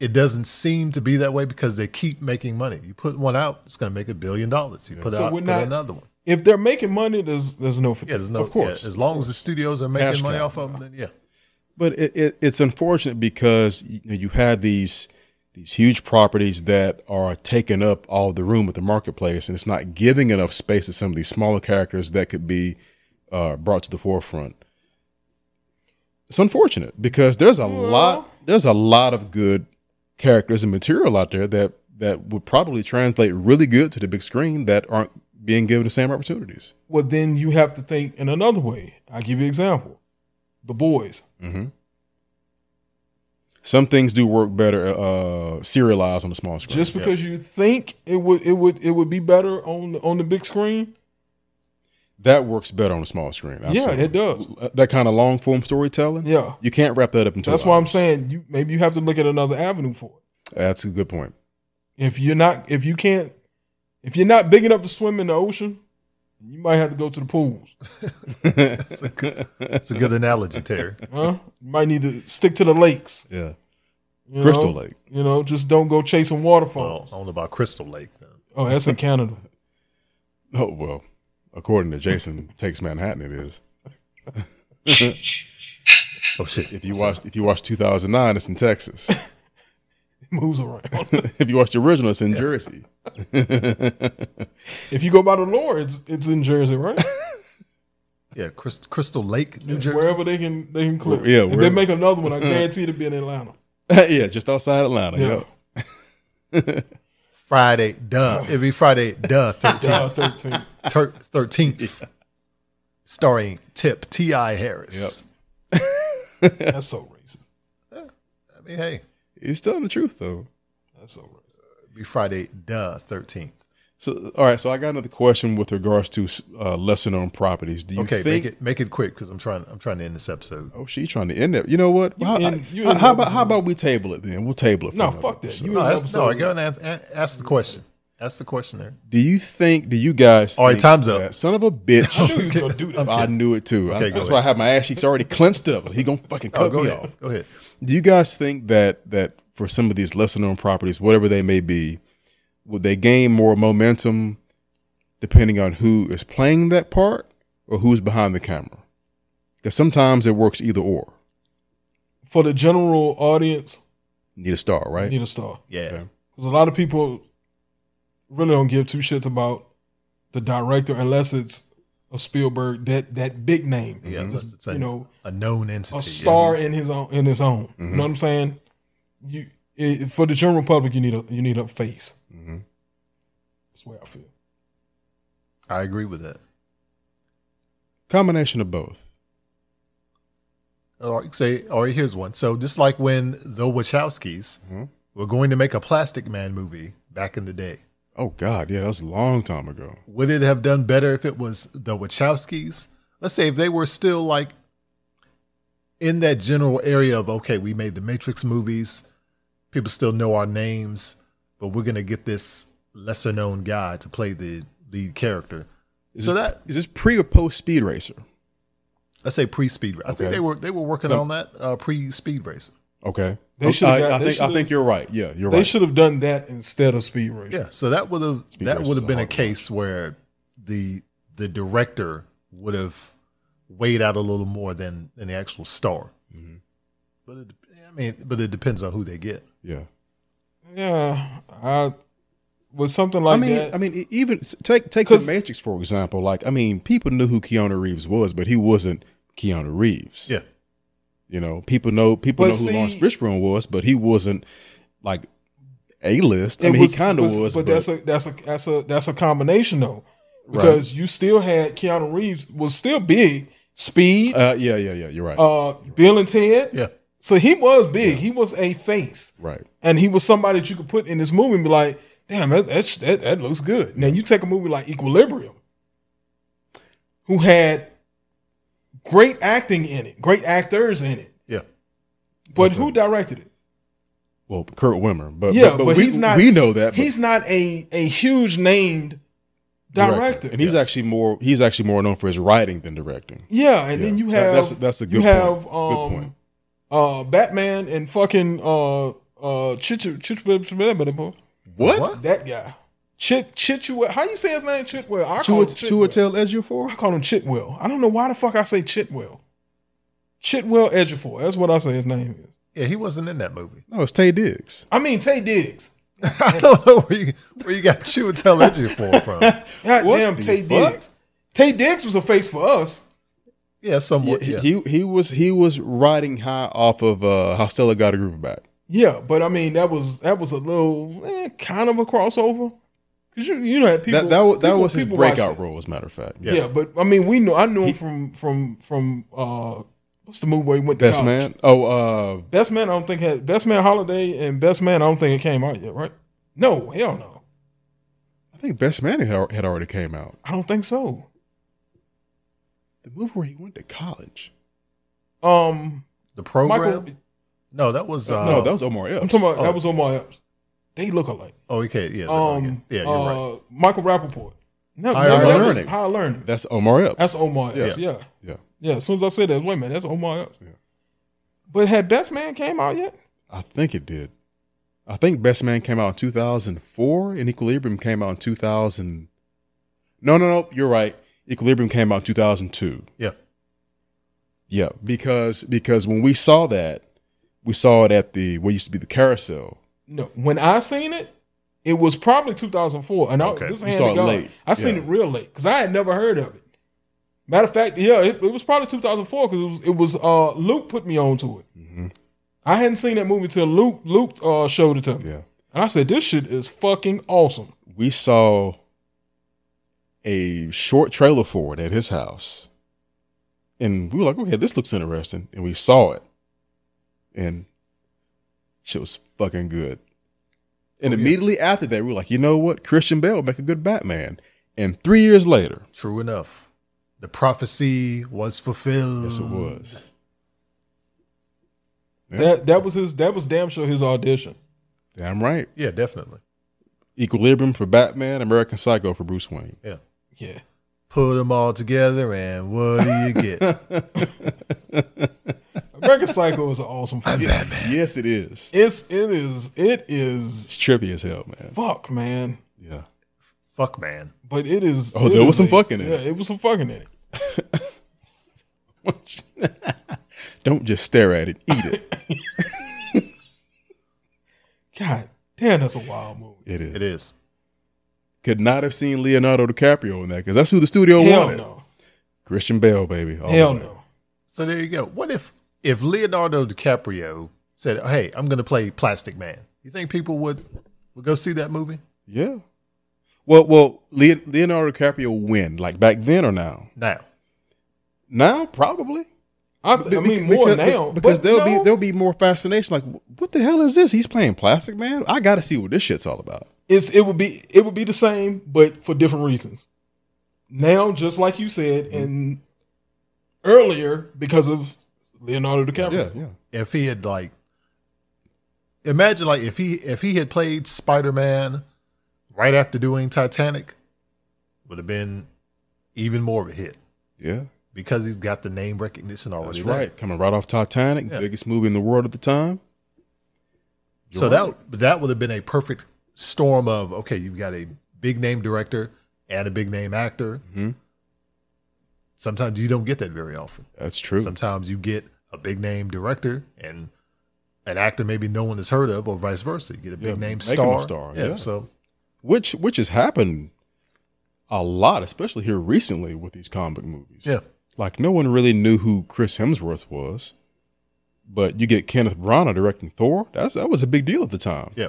Speaker 1: it doesn't seem to be that way because they keep making money. You put one out, it's going to make a billion dollars. You put
Speaker 3: So
Speaker 1: out
Speaker 3: we're
Speaker 1: put
Speaker 3: not-
Speaker 1: another one.
Speaker 3: If they're making money, there's there's no fatigue.
Speaker 1: Yeah, there's no
Speaker 2: Of course,
Speaker 1: yeah, as long as the studios are making
Speaker 2: Cash
Speaker 1: money
Speaker 2: cow,
Speaker 1: off of them, then yeah,
Speaker 2: But it, it, it's unfortunate because you, know, you had these these huge properties that are taking up all the room at the marketplace, and it's not giving enough space to some of these smaller characters that could be uh, brought to the forefront. It's unfortunate because there's a
Speaker 3: Well-
Speaker 2: lot there's a lot of good characters and material out there that that would probably translate really good to the big screen that aren't being given the same opportunities.
Speaker 3: Well, then you have to think in another way. I'll give you an example. The boys.
Speaker 2: hmm Some things do work better uh, serialized on the small screen.
Speaker 3: Just because you think it would it would it would be better on the on the big screen,
Speaker 2: that works better on the small screen.
Speaker 3: yeah, it does.
Speaker 2: does. That kind of long form storytelling.
Speaker 3: Yeah.
Speaker 2: You can't wrap that up into.
Speaker 3: That's why I'm saying you maybe you have to look at another avenue for it.
Speaker 2: That's a good point.
Speaker 3: If you're not if you can't if you're not big enough to swim in the ocean, you might have to go to the pools.
Speaker 1: It's a good analogy, Terry.
Speaker 3: Huh? you might need to stick to the lakes.
Speaker 2: yeah,
Speaker 3: you
Speaker 2: Crystal
Speaker 3: know?
Speaker 2: Lake.
Speaker 3: You know, just don't go chasing
Speaker 1: Well,
Speaker 3: waterfalls.
Speaker 1: I don't know about Crystal Lake. though.
Speaker 3: Oh, that's in Canada.
Speaker 2: Oh well, according to Jason takes Manhattan, it is.
Speaker 1: Oh shit!
Speaker 2: If you watch, if you watch 2009, it's in Texas.
Speaker 3: It moves around.
Speaker 2: if you watch the original, it's in Jersey.
Speaker 3: if you go by the lore, it's it's in Jersey, right?
Speaker 1: yeah, Crystal, Crystal Lake, New
Speaker 3: It's
Speaker 1: Jersey.
Speaker 3: wherever they can they can clear.
Speaker 2: Yeah,
Speaker 3: If they
Speaker 2: wherever. Mm.
Speaker 3: make another one, I guarantee it'll be in Atlanta.
Speaker 2: yeah, just outside Atlanta.
Speaker 3: Yeah.
Speaker 2: Yeah.
Speaker 1: Friday, duh. It'd be Friday, duh. Thirteenth,
Speaker 3: thirteen.
Speaker 1: thirteenth, starring Tip T. I. Harris.
Speaker 3: That's so racist.
Speaker 1: I mean, hey,
Speaker 2: He's telling the truth though.
Speaker 3: That's so racist.
Speaker 1: it'd be Friday, duh. Thirteenth.
Speaker 2: So, all right. So, I got another question with regards to uh, lesser-known properties. Do you
Speaker 1: Okay,
Speaker 2: think?
Speaker 1: make it make it quick because I'm trying I'm trying to end this episode.
Speaker 2: oh, she trying to end it. You know what? how,
Speaker 3: end- you
Speaker 2: how-
Speaker 3: end
Speaker 2: how
Speaker 3: the
Speaker 2: about how
Speaker 3: episode.
Speaker 2: about we table it then? We'll table it. for
Speaker 3: No,
Speaker 2: another
Speaker 3: fuck that.
Speaker 2: episode.
Speaker 3: You
Speaker 1: No, that's, no,
Speaker 3: episode.
Speaker 1: go and ask, a- ask the question. Ask the question there.
Speaker 2: Do you think? Do you guys?
Speaker 1: All right,
Speaker 2: think
Speaker 1: time's up.
Speaker 2: that- Son of a bitch.
Speaker 3: I knew he was gonna do that.
Speaker 2: I knew it too. I-
Speaker 1: Okay, go
Speaker 2: that's
Speaker 1: ahead.
Speaker 2: why I have my ass cheeks already clenched up. He gonna fucking cut
Speaker 1: Oh, go
Speaker 2: me
Speaker 1: ahead.
Speaker 2: off.
Speaker 1: Go ahead.
Speaker 2: Do you guys think that that for some of these lesser known properties, whatever they may be, would they gain more momentum depending on who is playing that part or who's behind the camera? Because sometimes it works either or.
Speaker 3: For the general audience,
Speaker 2: Need a star,
Speaker 3: I
Speaker 2: right?
Speaker 3: need a star
Speaker 1: Yeah.
Speaker 2: Okay.
Speaker 3: because a lot of people really don't give two shits about the director unless it's a Spielberg, that that big name.
Speaker 1: Yeah,
Speaker 2: Mhm.
Speaker 1: unless it's a,
Speaker 3: You know,
Speaker 1: a known entity.
Speaker 3: a
Speaker 1: yeah.
Speaker 3: star in his own in his own. You
Speaker 1: Mm-hmm.
Speaker 2: Mhm.
Speaker 3: know what I'm saying? You it, for the general public, you need a you need a face.
Speaker 2: Mhm.
Speaker 3: That's the way I feel.
Speaker 1: I agree with that.
Speaker 2: Combination of both.
Speaker 1: Or say, all right, here's one. So just like when the Wachowskis
Speaker 2: Mhm.
Speaker 1: were going to make a Plastic Man movie back in the day,
Speaker 2: Oh God, yeah, that was a long time ago.
Speaker 1: would it have done better if it was the Wachowskis? Let's say if they were still like in that general area of okay, we made the Matrix movies, people still know our names, but we're gonna get this lesser known guy to play the lead character.
Speaker 2: Is
Speaker 1: so
Speaker 2: this,
Speaker 1: that
Speaker 2: is this pre or post Speed Racer?
Speaker 1: let's say pre Speed. I
Speaker 2: Okay.
Speaker 1: think they were they were working
Speaker 2: No.
Speaker 1: on that uh, pre Speed Racer.
Speaker 2: Okay, Oh,
Speaker 3: They should've
Speaker 2: I,
Speaker 3: got-
Speaker 2: I
Speaker 3: they
Speaker 2: think I
Speaker 3: should've-
Speaker 2: think you're right. Yeah, you're
Speaker 3: They
Speaker 2: right.
Speaker 3: should have done that instead of Speed Racer.
Speaker 1: Yeah, so that would have
Speaker 2: Speed
Speaker 1: that
Speaker 2: Racer's
Speaker 1: would
Speaker 2: a
Speaker 1: have been a
Speaker 2: hard one.
Speaker 1: case where the the director would have weighed out a little more than than the actual star.
Speaker 2: Mhm.
Speaker 1: But it, I mean, but it depends on who they get.
Speaker 2: Yeah.
Speaker 3: Yeah, I with something like
Speaker 2: I mean,
Speaker 3: that.
Speaker 2: I mean, e- even s- take take the
Speaker 3: 'Cause-
Speaker 2: Matrix for example. Like, I mean, people knew who Keanu Reeves was, but he wasn't Keanu Reeves.
Speaker 1: Yeah,
Speaker 2: You know, people know people
Speaker 3: But
Speaker 2: know who Lawrence
Speaker 3: see-
Speaker 2: Fishburne was, but he wasn't like a list. I
Speaker 3: It
Speaker 2: mean,
Speaker 3: was-
Speaker 2: he kind of
Speaker 3: was-
Speaker 2: was,
Speaker 3: but, that's a that's a that's a that's a combination though, because you still had Keanu Reeves was still big, Speed, uh,
Speaker 2: uh, yeah, yeah, yeah. You're right.
Speaker 3: Bill and Ted.
Speaker 1: yeah.
Speaker 3: So he was big. He was a face,
Speaker 2: right.
Speaker 3: and he was somebody that you could put in this movie and be like, "Damn, that that sh- that, that looks good." Now you take a movie like Equilibrium, who had great acting in it, great actors in it,
Speaker 1: Yeah.
Speaker 3: but
Speaker 2: Listen.
Speaker 3: who directed it?
Speaker 2: Well, Kurt Wimmer, but
Speaker 3: Yeah,
Speaker 2: but, but
Speaker 3: but
Speaker 2: we,
Speaker 3: he's not-
Speaker 2: We know that but
Speaker 3: He's not a a huge named director,
Speaker 2: and he's actually more he's actually more known for his writing than directing.
Speaker 3: yeah. And then
Speaker 2: Yeah.
Speaker 3: you
Speaker 2: That-
Speaker 3: have
Speaker 2: that's that's a good
Speaker 3: you have
Speaker 2: point.
Speaker 3: um
Speaker 2: good point.
Speaker 3: uh Batman and fucking uh uh Chichu Chichu
Speaker 2: What?
Speaker 1: What?
Speaker 3: that guy Chit Chitwell. How you say his name? Chitwell. I call him
Speaker 2: Chua
Speaker 3: Chitwell.
Speaker 2: tell Ezra for?
Speaker 3: I call him Chitwell. I don't know why the fuck I say Chitwell. Chitwell Edgefor. That's what I say his name is.
Speaker 1: Yeah, he wasn't in that movie.
Speaker 2: No, it's Tay Diggs.
Speaker 3: I mean Tay Diggs.
Speaker 1: I don't know where you where you got Chew and Tell Edgy for from.
Speaker 3: God
Speaker 2: What
Speaker 3: damn
Speaker 2: the
Speaker 3: Tay
Speaker 2: fuck?
Speaker 3: Diggs. Tay Diggs was a face for us.
Speaker 1: Yeah, somewhat.
Speaker 2: Yeah,
Speaker 1: Yeah,
Speaker 2: he he was he was riding high off of uh, how Stella got a groove back.
Speaker 3: Yeah, but I mean that was that was a little eh, kind of a crossover because you you know had people
Speaker 2: that that, wa- that
Speaker 3: people-
Speaker 2: was his
Speaker 3: people watched
Speaker 2: breakout
Speaker 3: it.
Speaker 2: role, as a matter of fact.
Speaker 1: Yeah.
Speaker 3: Yeah. but I mean we know I knew
Speaker 2: He-
Speaker 3: him from from from uh what's the movie where he went to
Speaker 2: Best
Speaker 3: college?
Speaker 2: man. Oh, uh,
Speaker 3: Best Man. I don't think had Best Man Holiday and Best Man. I don't think it came out yet, right? No, hell no.
Speaker 2: I think Best Man had, al- had already came out.
Speaker 3: I don't think so.
Speaker 2: The movie where he went to college.
Speaker 3: Um,
Speaker 1: The program?
Speaker 3: Michael.
Speaker 1: no, that was uh,
Speaker 2: no, that was Omar Epps.
Speaker 3: I'm talking about
Speaker 1: Oh.
Speaker 3: that was Omar Epps. They look alike.
Speaker 1: oh, okay, yeah,
Speaker 3: Um,
Speaker 1: yeah, you're right.
Speaker 3: uh, Michael Rappaport. No,
Speaker 1: Higher
Speaker 3: no, that was
Speaker 2: Learning.
Speaker 3: Higher learning.
Speaker 2: That's Omar Epps.
Speaker 3: That's Omar Epps. Yeah.
Speaker 2: Yeah.
Speaker 3: Yeah. As soon as I said that, wait a minute, that's Omar Epps.
Speaker 2: Yeah.
Speaker 3: But had Best Man came out yet?
Speaker 2: I think it did. I think Best Man came out in 2004 and Equilibrium came out in 2000. No, no, no, you're right. Equilibrium came out in 2002.
Speaker 1: Yeah.
Speaker 2: Yeah, because because when we saw that, we saw it at the what used to be the carousel.
Speaker 3: No. When I seen it, it was probably 2004. And I,
Speaker 1: Okay.
Speaker 3: this
Speaker 2: You
Speaker 3: hand
Speaker 2: saw
Speaker 3: to
Speaker 2: it
Speaker 3: God,
Speaker 2: late.
Speaker 3: I seen
Speaker 2: Yeah.
Speaker 3: it real late because I had never heard of it. Matter of fact, yeah, it, it was probably 2004 because it was it was uh, Luke put me on to it. I hadn't seen that movie till Luke Luke uh, showed it to me,
Speaker 2: Yeah.
Speaker 3: and I said this shit is fucking awesome.
Speaker 2: We saw a short trailer for it at his house. And we were like, okay, this looks interesting. And we saw it. And shit was fucking good. And immediately after that, we were like, you know what? Christian Bale would make a good Batman. And three years later,
Speaker 1: True enough. The prophecy was fulfilled.
Speaker 2: yes, it was. Yeah.
Speaker 3: That that was his that was damn sure his audition.
Speaker 2: Damn right.
Speaker 1: Yeah, definitely.
Speaker 2: Equilibrium for Batman, American Psycho for Bruce Wayne.
Speaker 1: Yeah.
Speaker 3: Yeah.
Speaker 1: Put them all together, and what do you get?
Speaker 3: American Psycho is an awesome film.
Speaker 2: Yes, it is.
Speaker 3: It's it is it is
Speaker 2: It's trippy as hell, man.
Speaker 3: fuck, man.
Speaker 2: Yeah.
Speaker 1: Fuck, man.
Speaker 3: But it is
Speaker 2: Oh,
Speaker 3: it
Speaker 2: there
Speaker 3: is
Speaker 2: was some
Speaker 3: a-
Speaker 2: fucking in
Speaker 3: Yeah,
Speaker 2: it.
Speaker 3: it was some fucking in it.
Speaker 2: Don't just stare at it, eat it.
Speaker 3: God damn, that's a wild movie.
Speaker 2: It is.
Speaker 1: It is.
Speaker 2: Could not have seen Leonardo DiCaprio in that because that's who the studio
Speaker 3: Hell
Speaker 2: wanted.
Speaker 3: no.
Speaker 2: Christian Bale, baby. all
Speaker 3: Hell
Speaker 2: the way.
Speaker 3: no.
Speaker 1: So there you go. What if if Leonardo DiCaprio said, "Hey, I'm going to play Plastic Man"? You think people would would go see that movie?
Speaker 2: Yeah. Well, well, Leo- Leonardo DiCaprio when? Like back then or now?
Speaker 1: Now,
Speaker 2: Now, probably.
Speaker 3: I, th- I
Speaker 2: Be-
Speaker 3: mean more
Speaker 2: because,
Speaker 3: now.
Speaker 2: because
Speaker 3: but
Speaker 2: there'll
Speaker 3: no.
Speaker 2: be there'll be more fascination. Like, what the hell is this? He's playing Plastic Man. I got to see what this shit's all about.
Speaker 3: it's it would be it would be the same, but for different reasons. Now, just like you said, and earlier because of Leonardo DiCaprio.
Speaker 2: Yeah, yeah.
Speaker 1: if he had like, imagine like if he if he had played Spider Man right after doing Titanic, would have been even more of a hit
Speaker 2: Yeah,
Speaker 1: because he's got the name recognition already.
Speaker 2: that's
Speaker 1: there.
Speaker 2: right. Coming right off Titanic,
Speaker 1: Yeah.
Speaker 2: biggest movie in the world at the time. You're
Speaker 1: so
Speaker 2: right.
Speaker 1: that that would have been a perfect storm of okay, you've got a big name director and a big name actor.
Speaker 2: Mhm.
Speaker 1: Sometimes you don't get that very often.
Speaker 2: that's true.
Speaker 1: Sometimes you get a big name director and an actor maybe no one has heard of, or vice versa. You get a big
Speaker 2: Yeah,
Speaker 1: name
Speaker 2: make 'em
Speaker 1: star.
Speaker 2: a star,
Speaker 1: Yeah,
Speaker 2: yeah.
Speaker 1: So
Speaker 2: which which has happened a lot, especially here recently with these comic movies.
Speaker 1: yeah,
Speaker 2: like no one really knew who Chris Hemsworth was, but you get Kenneth Branagh directing Thor. That's that was a big deal at the time
Speaker 1: yeah,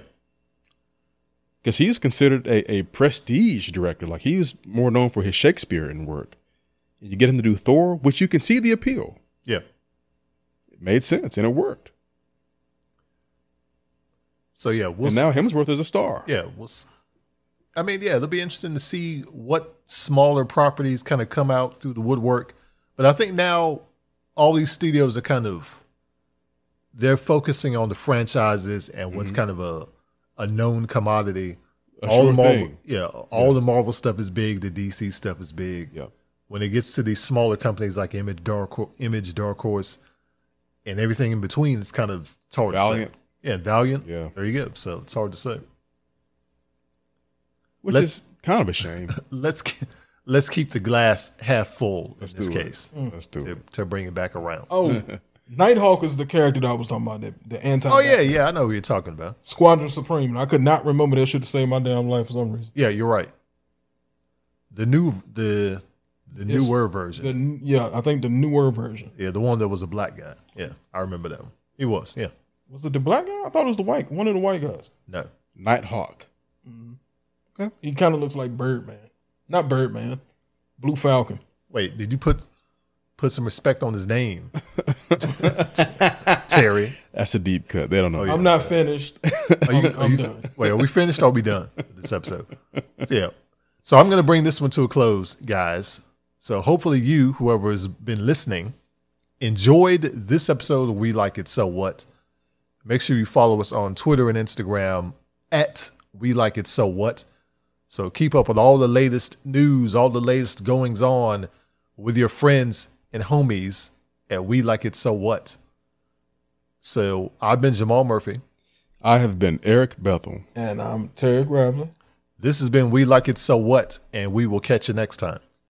Speaker 2: because he was considered a, a prestige director. Like he was more known for his Shakespearean work. You get him to do Thor, which you can see the appeal.
Speaker 1: yeah.
Speaker 2: It made sense and it worked.
Speaker 1: So yeah, we'll s-
Speaker 2: and now Hemsworth is a star.
Speaker 1: yeah, we'll. s- I mean, yeah, it'll be interesting to see what smaller properties kind of come out through the woodwork. But I think now all these studios are kind of they're focusing on the franchises and what's kind of a a known commodity.
Speaker 2: Mm-hmm. A
Speaker 1: all
Speaker 2: sure
Speaker 1: the Marvel,
Speaker 2: thing.
Speaker 1: yeah, all the Marvel stuff is big. The DC stuff is big.
Speaker 2: Yeah.
Speaker 1: When it gets to these smaller companies like Image Dark, Ho- Image Dark Horse, and everything in between, it's kind of it's hard
Speaker 2: Valiant.
Speaker 1: to say. Yeah, Valiant.
Speaker 2: Yeah.
Speaker 1: there you go. So it's hard to say.
Speaker 2: Which
Speaker 1: Let's-
Speaker 2: is kind of a shame.
Speaker 1: let's ke- let's keep the glass half full
Speaker 2: Let's
Speaker 1: in this
Speaker 2: do it. Mm.
Speaker 1: case
Speaker 2: Let's do it.
Speaker 1: to, to bring it back around. Oh,
Speaker 3: Oh, Nighthawk is the character that I was talking about, the, the anti
Speaker 1: Oh, yeah, yeah, I know who you're talking about.
Speaker 3: Squadron Supreme. And I could not remember that shit to save my damn life for some reason.
Speaker 1: Yeah, you're right. The new the the
Speaker 3: It's
Speaker 1: newer version.
Speaker 3: The n- yeah, I think the newer version.
Speaker 1: yeah, the one that was a black guy. Yeah, I remember that one. He was. Yeah,
Speaker 3: Was it the black guy? I thought it was the white one of the white guys.
Speaker 1: No,
Speaker 2: Nighthawk.
Speaker 3: He kind of looks like Birdman, not Birdman, Blue Falcon.
Speaker 1: wait, did you put put some respect on his name, Terry?
Speaker 2: That's a deep cut. They don't know.
Speaker 1: Oh, yeah.
Speaker 3: I'm not finished.
Speaker 1: Are you,
Speaker 3: I'm-
Speaker 1: are
Speaker 3: I'm
Speaker 1: you-
Speaker 3: done.
Speaker 1: Wait, are we finished? Or are we done with this episode? So, yeah. So I'm going to bring this one to a close, guys. So hopefully you, whoever has been listening, enjoyed this episode. of We like it so what. Make sure you follow us on Twitter and Instagram at We Like It So What. So keep up with all the latest news, all the latest goings on with your friends and homies at We Like It So What. So I've been Jamal Murphy.
Speaker 2: I have been Eric Bethel.
Speaker 3: And I'm Terry Gravely.
Speaker 1: This has been We Like It So What, and we will catch you next time.